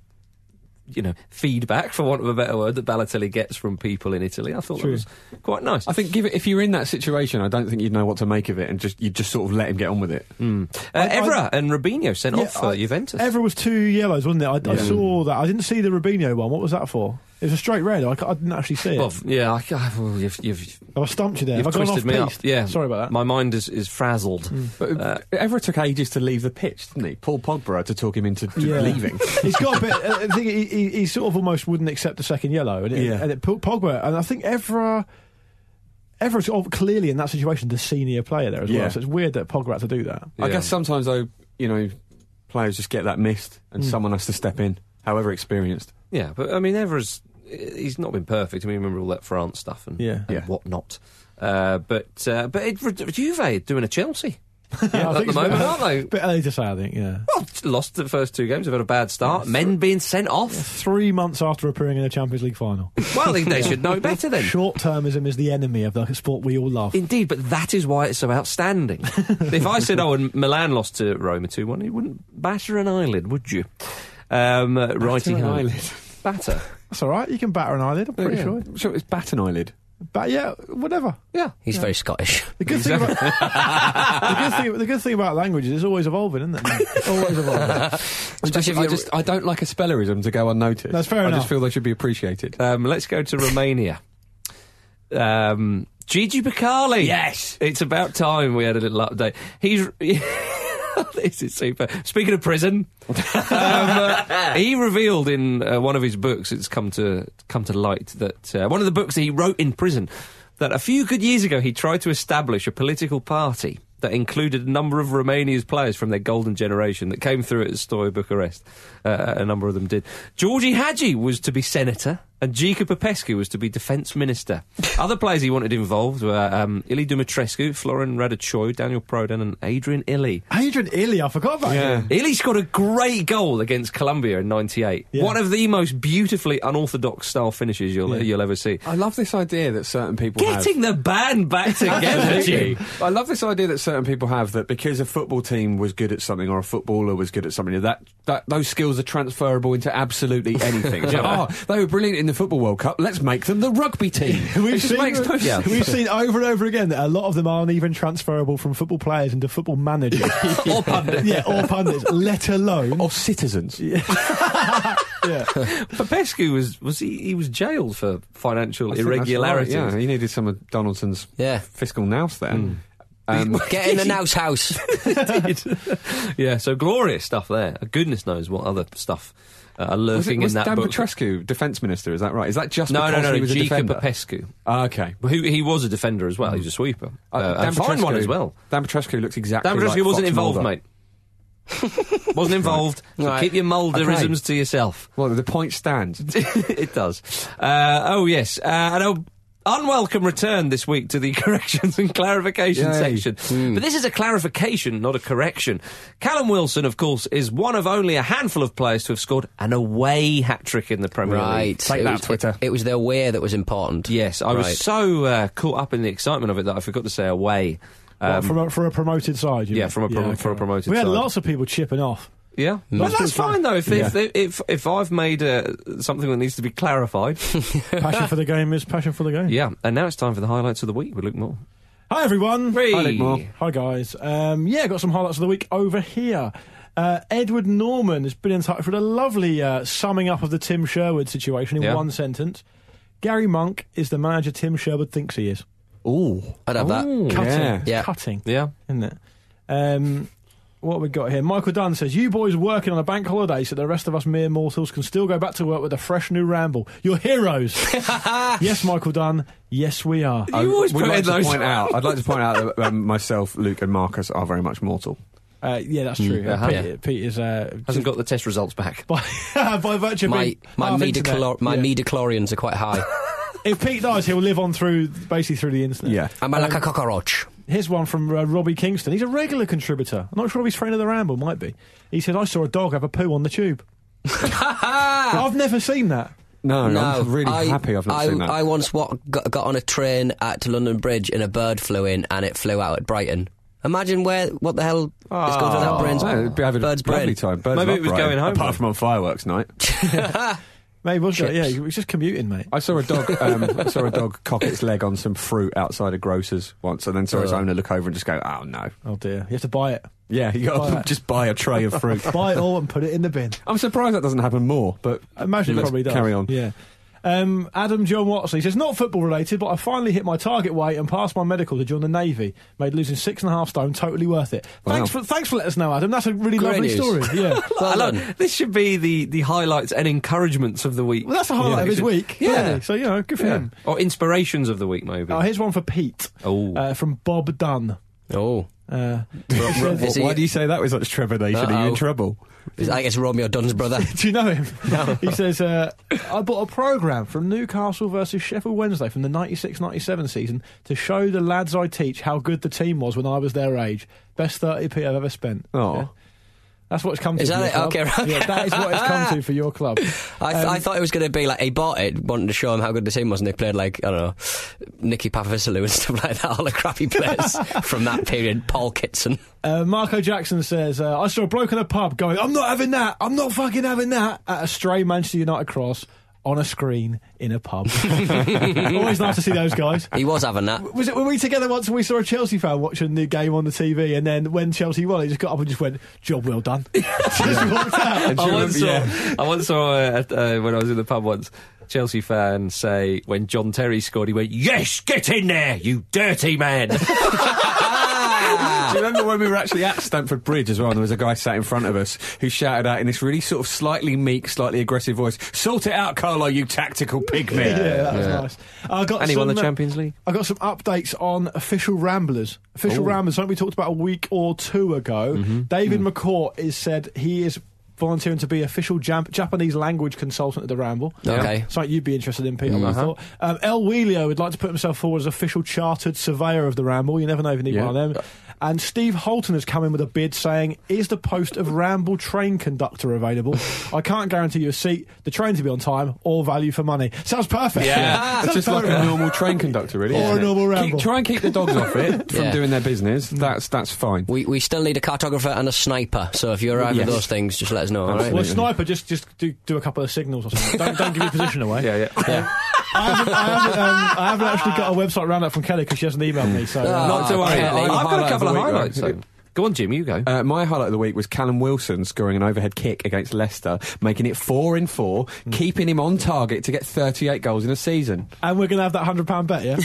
S1: you know, feedback, for want of a better word, that Balotelli gets from people in Italy, I thought
S2: True.
S1: that was quite nice.
S4: I think give it, if you're in that situation, I don't think you'd know what to make of it, and just you'd just sort of let him get on with it.
S1: uh, Evra and Rubinho sent off for
S2: I-
S1: Juventus.
S2: Evra was two yellows, wasn't it? I, I saw that. I didn't see the Rubinho one. What was that for? It was a straight red. I, c- I didn't actually see it.
S1: Well, yeah, I, I, well, you've, you've,
S2: I stumped you there.
S1: you've
S2: Have I gone
S1: twisted me up.
S2: off-piste?
S1: Yeah,
S2: Sorry about that. Hmm.
S1: My mind is, is frazzled.
S4: But uh, Everett took ages to leave the pitch, didn't he? Paul Pogba had to talk him into just
S2: Yeah.
S4: leaving.
S2: he's got a bit. I think he, he, he sort of almost wouldn't accept a second yellow, and it,
S4: Yeah.
S2: and it put Pogba. And I think Evra, Evra's ob- clearly in that situation the senior player there as
S4: Yeah.
S2: well. So it's weird that Pogba had to do that.
S4: I
S1: Yeah.
S4: guess sometimes though, you know, players just get that missed, and someone has to step in, however experienced.
S1: Yeah, but I mean, Evra's he's not been perfect. I mean, remember all that France stuff and,
S2: Yeah.
S1: and
S4: Yeah.
S1: whatnot. Uh, but uh, but it, Juve doing a Chelsea
S2: I
S1: at
S2: think
S1: the
S2: it's
S1: moment,
S2: a bit-
S1: aren't they?
S2: Bit early to say, I think. Yeah,
S1: Well, lost the first two games. They've had a bad start. Men being sent off.
S2: three months after appearing in a Champions League final,
S1: Well, they, they should know better then.
S2: short termism is the enemy of the sport we all love.
S1: Indeed, but that is why it's so outstanding. if I said, "Oh, and Milan lost to Roma two one," you wouldn't batter an eyelid, would you? Um, uh, righty
S4: an
S1: ho.
S4: eyelid.
S1: batter.
S2: That's all right. You can batter an eyelid. I'm
S4: Oh,
S2: pretty sure.
S4: I'm sure it's bat an eyelid.
S2: But yeah, whatever.
S1: Yeah,
S3: He's very Scottish.
S2: The good, thing about, the, good thing, the good thing about language is it's always evolving, isn't it? always evolving.
S4: I just,
S3: if
S4: I,
S3: you're-
S4: just, I don't like a spellerism to go unnoticed.
S2: That's fair
S4: I
S2: enough.
S4: just feel they should be appreciated.
S1: Um, let's go to Romania. Um, Gigi Bacali. Yes. It's about time we had a little update. He's. This is super. Speaking of prison, um, uh, he revealed in uh, one of his books, it's come to come to light that uh, one of the books that he wrote in prison, that a few good years ago he tried to establish a political party that included a number of Romania's players from their golden generation that came through at Stoy Bucharest. Uh, a number of them did. Georgi Hadji was to be senator, and Gica Popescu was to be defence minister. Other players he wanted involved were um, Ili Dumitrescu, Florin Radicoi, Daniel Prodan, and Adrian Ili.
S2: Adrian Illy, I forgot about him.
S1: Ely scored a great goal against Colombia in '98.
S2: Yeah.
S1: One of the most beautifully unorthodox style finishes you'll
S2: Yeah.
S1: you'll ever see.
S4: I love this idea that certain people have.
S1: Getting the band back together, G.
S4: I love this idea that certain people have that because a football team was good at something or a footballer was good at something that, that those skills are transferable into absolutely anything. It's like, oh, they were brilliant in the football World Cup. Let's make them the rugby team. It
S2: We've
S4: just
S2: seen,
S4: makes no sense.
S2: we've seen over and over again that a lot of them aren't even transferable from football players into football managers.
S1: Or pundits.
S2: yeah, or pundits, let alone.
S4: Or citizens.
S2: Yeah.
S1: Popescu was was he, he was jailed for financial
S4: I think that's
S1: irregularities. Hmm.
S4: right, yeah, he needed some of Donaldson's
S3: Yeah.
S4: fiscal nous there. Um,
S3: Get in the Nouse house.
S1: Yeah, so glorious stuff there. Goodness knows what other stuff uh, are
S4: was it,
S1: lurking
S4: was
S1: in that
S4: Dan
S1: book.
S4: Petrescu defence minister? Is that right? Is that just
S1: no, no,
S4: because
S1: no,
S4: he
S1: no,
S4: was a
S1: Gica
S4: defender?
S1: Popescu.
S4: Ah, okay.
S1: Who he was a defender as well. He was a sweeper. Uh, and fine one as well.
S4: Dan Petrescu looks exactly.
S1: Dan Petrescu
S4: like
S1: wasn't
S4: Fox
S1: involved,
S4: Mulder.
S1: mate. wasn't involved. So
S3: Right.
S1: keep your Mulderisms
S4: Okay.
S1: to yourself.
S4: Well, the point stands.
S1: it does. Uh, oh yes, uh, and a unwelcome return this week to the corrections and clarification
S4: Yay.
S1: section.
S3: Hmm.
S1: But this is a clarification, not a correction. Callum Wilson, of course, is one of only a handful of players to have scored an away hat trick in the Premier League.
S3: right.
S4: Take
S3: it
S4: that,
S3: was,
S4: Twitter.
S3: It, was their wear that was important.
S1: Yes, I
S3: Right.
S1: was so uh, caught up in the excitement of it that I forgot to say away.
S2: Well,
S1: Um,
S2: from a, for a promoted side, you
S1: yeah,
S2: mean?
S1: from a prom- for a
S2: okay.
S1: promoted
S2: We had
S1: side.
S2: lots of people chipping off.
S1: Yeah, but
S2: Lots
S1: that's
S2: of people
S1: fine though. If if,
S4: Yeah.
S1: if if I've made uh, something that needs to be clarified,
S2: Passion for the game is passion for the game.
S1: yeah. And now it's time for the highlights of the week with Luke Moore.
S2: Hi everyone.
S1: Hi, Luke Moore.
S2: Hi guys. Um, yeah, got some highlights of the week over here. Uh, Edward Norman has been in touch with a lovely uh, summing up of the Tim Sherwood situation in
S1: Yeah.
S2: one sentence. Gary Monk is the manager Tim Sherwood thinks he is.
S4: Ooh,
S3: I'd have that.
S4: Ooh,
S2: Cutting,
S4: yeah.
S3: Yeah.
S2: cutting,
S1: Yeah.
S2: isn't it? Um, what have we got here? Michael Dunn says, "You boys working on a bank holiday, so the rest of us mere mortals can still go back to work with a fresh new ramble. You're heroes." yes, Michael Dunn. Yes, we are.
S4: I-
S1: You always
S4: we'd
S1: put
S4: like
S1: in
S4: to
S1: those-
S4: Point out, I'd like to point out that um, myself, Luke, and Marcus are very much mortal.
S2: Uh, yeah, that's true. Uh,
S1: uh-huh.
S2: Pete, Pete is uh,
S1: Hasn't got the test results back.
S2: by, by virtue of
S3: My
S2: being
S3: my
S2: half
S3: midichlor-
S2: internet.
S3: my
S2: Yeah.
S3: midichlorians are quite high.
S2: if Pete dies, he'll live on through basically through the internet.
S5: Yeah. Um,
S3: I'm
S4: Um,
S3: like a cockroach.
S2: Here's one from uh, Robbie Kingston. He's a regular contributor. I'm not sure if he's friend of the Ramble, might be. He said, I saw a dog have a poo on the tube. I've never seen that.
S5: No, I'm really
S3: I-
S5: happy I've not
S3: I,
S5: seen that.
S3: I once wa- got, got on a train at London Bridge and a bird flew in and it flew out at Brighton. Imagine where what the hell is going through that brain's
S5: Oh. no, it'd be having
S3: bird's
S5: a lovely
S3: brain.
S5: time. Birds
S1: Oh. Maybe
S5: love
S1: it was
S5: Brighton,
S1: going home then.
S5: Apart from on fireworks night,
S2: Maybe was
S3: Chips.
S2: Yeah, he was just commuting, mate.
S5: I saw a dog. Um, I saw a dog cock its leg on some fruit outside a grocer's once, and then saw
S1: Uh.
S5: its
S3: Oh.
S5: owner look over and just go, "Oh no!"
S2: Oh dear, you have to buy it.
S5: Yeah, you got
S2: Buy
S5: to
S2: that.
S5: just buy a tray of fruit.
S2: buy it all and put it in the bin.
S5: I'm surprised that doesn't happen more, but
S2: I imagine it
S5: let's
S2: probably does.
S5: Carry on.
S2: Yeah. Um, Adam John Watson he says, not football related, but I finally hit my target weight and passed my medical to join the Navy. Made losing six and a half stone totally worth it. Thanks for thanks for letting us know, Adam. That's a really
S3: Great
S2: lovely
S3: news.
S2: story. Yeah.
S3: Well
S1: I love-
S3: done.
S1: this should be the, the highlights and encouragements of the week.
S2: well, that's the highlight
S1: Yeah.
S2: of his week.
S1: Yeah.
S2: really. So, you know, good for
S1: Yeah.
S2: him.
S1: Or inspirations of the week, maybe.
S2: Oh, here's one for Pete
S1: Oh.
S2: uh, from Bob Dunn.
S3: Oh,
S2: Uh,
S3: Is he-
S5: Why do you say that with such trepidation? Are you
S3: Uh-oh.
S5: in trouble?
S3: I guess Romeo Dunn's brother.
S2: Do you know him? he says, uh, I bought a programme from Newcastle versus Sheffield Wednesday from the 96 97 season to show the lads I teach how good the team was when I was their age. Best 30p I've ever spent.
S5: Oh.
S2: That's what it's come to.
S3: Is
S2: for
S3: that
S2: your
S3: it?
S2: club.
S3: Okay, right.
S2: Yeah, that is what it's come to for your club.
S3: I, th-
S5: Um,
S3: I thought it was going to be like he bought it, wanting to show him how good the team was, and they played like I don't know, Nicky Papavisilou and stuff like that. All the crappy players from that period. Paul Kitson.
S2: Uh, Marco Jackson says, uh, I saw a bloke in a pub going, I'm not having that, I'm not fucking having that, at a stray Manchester United cross on a screen in a pub. Always nice to see those guys.
S3: He was having that.
S2: Was it were we together once and we saw a Chelsea fan watching the game on the TV and then when Chelsea won, he just got up and just went, "Job well done." just walked out.
S1: I once saw, I once saw uh, at, uh, when I was in the pub once, Chelsea fan say when John Terry scored, he went, "Yes, get in there, you dirty man."
S5: Do you remember when we were actually at Stamford Bridge as well? And there was a guy sat in front of us who shouted out in this really sort of slightly meek, slightly aggressive voice, "Sort it out, Carlo, you tactical pygmy!"
S2: Yeah, that was nice. I got
S1: And he won
S2: some,
S1: the
S2: uh,
S1: Champions League.
S2: I got some updates on official ramblers. Official ramblers, something we talked about a week or two ago.
S1: Mm-hmm.
S2: David
S1: Mm.
S2: McCourt is said he is volunteering to be official jam- Japanese language consultant at the Ramble.
S3: Okay.
S2: Something you'd be interested in, Peter.
S5: Uh-huh.
S2: I thought. Um, El Wheelio would like to put himself forward as official chartered surveyor of the Ramble. You never know if you need one of them. And Steve Holton has come in with a bid saying, "Is the post of Ramble train conductor available? I can't guarantee you a seat. The train to be on time or value for money. Sounds perfect.
S5: Yeah, it's
S2: Sounds
S5: just like
S2: perfect.
S5: a normal train conductor, really.
S2: Or
S5: isn't it?
S2: a normal
S5: Keep-
S2: ramble.
S5: try and keep the dogs off it from
S3: Yeah.
S5: doing their business. That's that's fine.
S3: We, we still need a cartographer and a sniper. So if you're either
S5: Yes.
S3: of those things, just let us know. All right.
S2: Well, sniper, just just do, do a couple of signals or something. Don't, don't give your position away.
S5: Yeah, yeah.
S2: I haven't, I haven't, um, I haven't actually got a website roundup from Kelly because she hasn't emailed me. So,
S5: Ah.
S2: uh,
S1: Not to worry.
S3: okay.
S1: I- I've got
S5: Highlight
S1: a
S5: of
S1: couple
S5: the
S1: of
S5: week,
S1: highlights.
S5: though.
S1: though. Go on, Jim. You go.
S5: Uh, my highlight of the week was Callum Wilson scoring an overhead kick against Leicester, making it four in four,
S1: Hmm.
S5: keeping him on target to get 38 goals in a season.
S2: and we're going to have that hundred pound bet, yeah.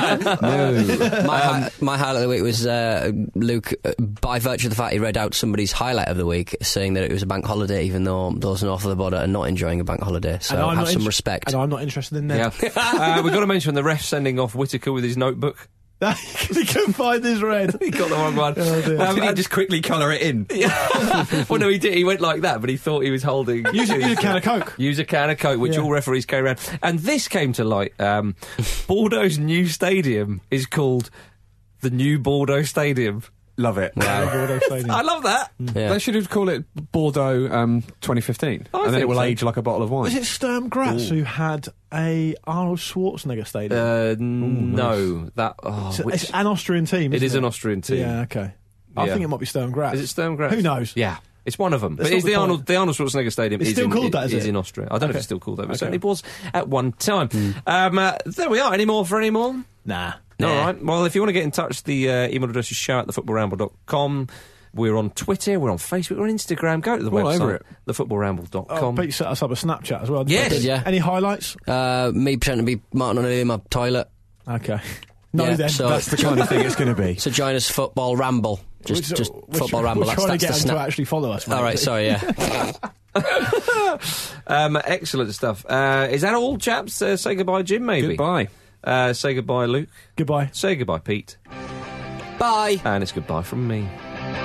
S5: No.
S3: My, hi- my highlight of the week was uh, Luke, uh, by virtue of the fact he read out somebody's highlight of the week, saying that it was a bank holiday, even though those north of the border are not enjoying a bank holiday. So
S2: And I'm
S3: have
S2: not
S3: some
S2: inter-
S3: respect.
S2: And I'm not interested in
S1: yeah.
S2: that.
S1: uh, we've got to mention the ref sending off Whitaker with his notebook.
S2: he couldn't find his red.
S1: He got the wrong one.
S2: Oh, dear.
S1: Um,
S5: Did he just quickly colour it in?
S1: well, no, he did. He went like that, but he thought he was holding.
S2: Use, a- use a can of coke.
S1: Use a can of Coke, which
S2: Yeah.
S1: all referees carry around. And this came to light. Um, Bordeaux's new stadium is called the New Bordeaux Stadium.
S5: Love it.
S1: I love that.
S2: Mm.
S3: Yeah.
S5: They should have called it Bordeaux um, 2015,
S1: I
S5: and then
S1: think
S5: it will
S1: so.
S5: age like a bottle of
S2: Was
S5: wine.
S2: it Sturm Graz who had a Arnold Schwarzenegger stadium?
S1: Uh, no, that. Oh,
S2: it's,
S1: which,
S2: it's an Austrian team.
S1: it
S2: isn't
S1: is an Austrian team.
S2: Yeah, okay. I
S1: Yeah.
S2: think it might be Sturm Graz.
S1: Is it Sturm Graz?
S2: Who knows?
S1: Yeah. It's one of them.
S2: That's
S1: But is
S2: not the
S1: the
S2: point.
S1: Arnold, the Arnold Schwarzenegger Stadium
S2: It's
S1: is
S2: still
S1: in,
S2: called that, is it?
S1: in Austria. I don't know if
S2: Okay.
S1: it's still called that, but
S2: Okay. Hmm.
S1: it certainly was at one time. Um, uh, there we are. Any more for any more?
S2: Nah.
S1: All right. Well, if you want to get in touch, the uh, email address is show at thefootballramble.com. We're on Twitter, we're on Facebook, we're on Instagram. Go to the
S5: All
S1: website,
S5: over it.
S2: Oh,
S1: thefootballramble.com.
S2: Pete set us up a Snapchat as well. didn't
S1: Yes.
S2: he?
S1: Did,
S3: yeah.
S2: Any highlights?
S3: Uh, me pretending to be Martin O'Neill in my toilet.
S2: Okay. No,
S3: Yeah,
S2: then.
S3: so-
S2: That's-
S5: That's the kind of thing it's going to be.
S3: So join us, Football Ramble. Just,
S2: We're-
S3: just
S2: we're
S3: Football
S2: tr-
S3: Ramble.
S2: We're
S3: That's,
S2: trying
S3: that's
S2: to get
S3: the
S2: them to
S3: snap.
S2: actually follow us. mate.
S3: All right, sorry, yeah.
S1: Um, excellent stuff. Uh, is that all, chaps? Uh, say goodbye, Jim, maybe.
S5: Goodbye.
S1: Uh, say goodbye, Luke.
S2: Goodbye.
S1: Say goodbye, Pete.
S3: Bye.
S1: And it's goodbye from me.
S7: Go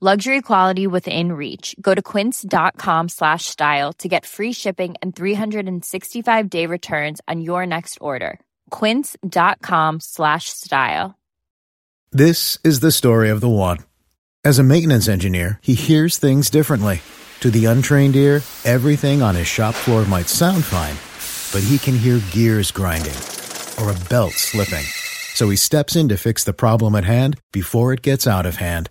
S8: Luxury quality within reach. Go to quince.com slash style to get free shipping and 365 day returns on your next order. Quince.com slash style.
S9: This is the story of the one. As a maintenance engineer, he hears things differently. To the untrained ear, everything on his shop floor might sound fine, but he can hear gears grinding or a belt slipping. So he steps in to fix the problem at hand before it gets out of hand.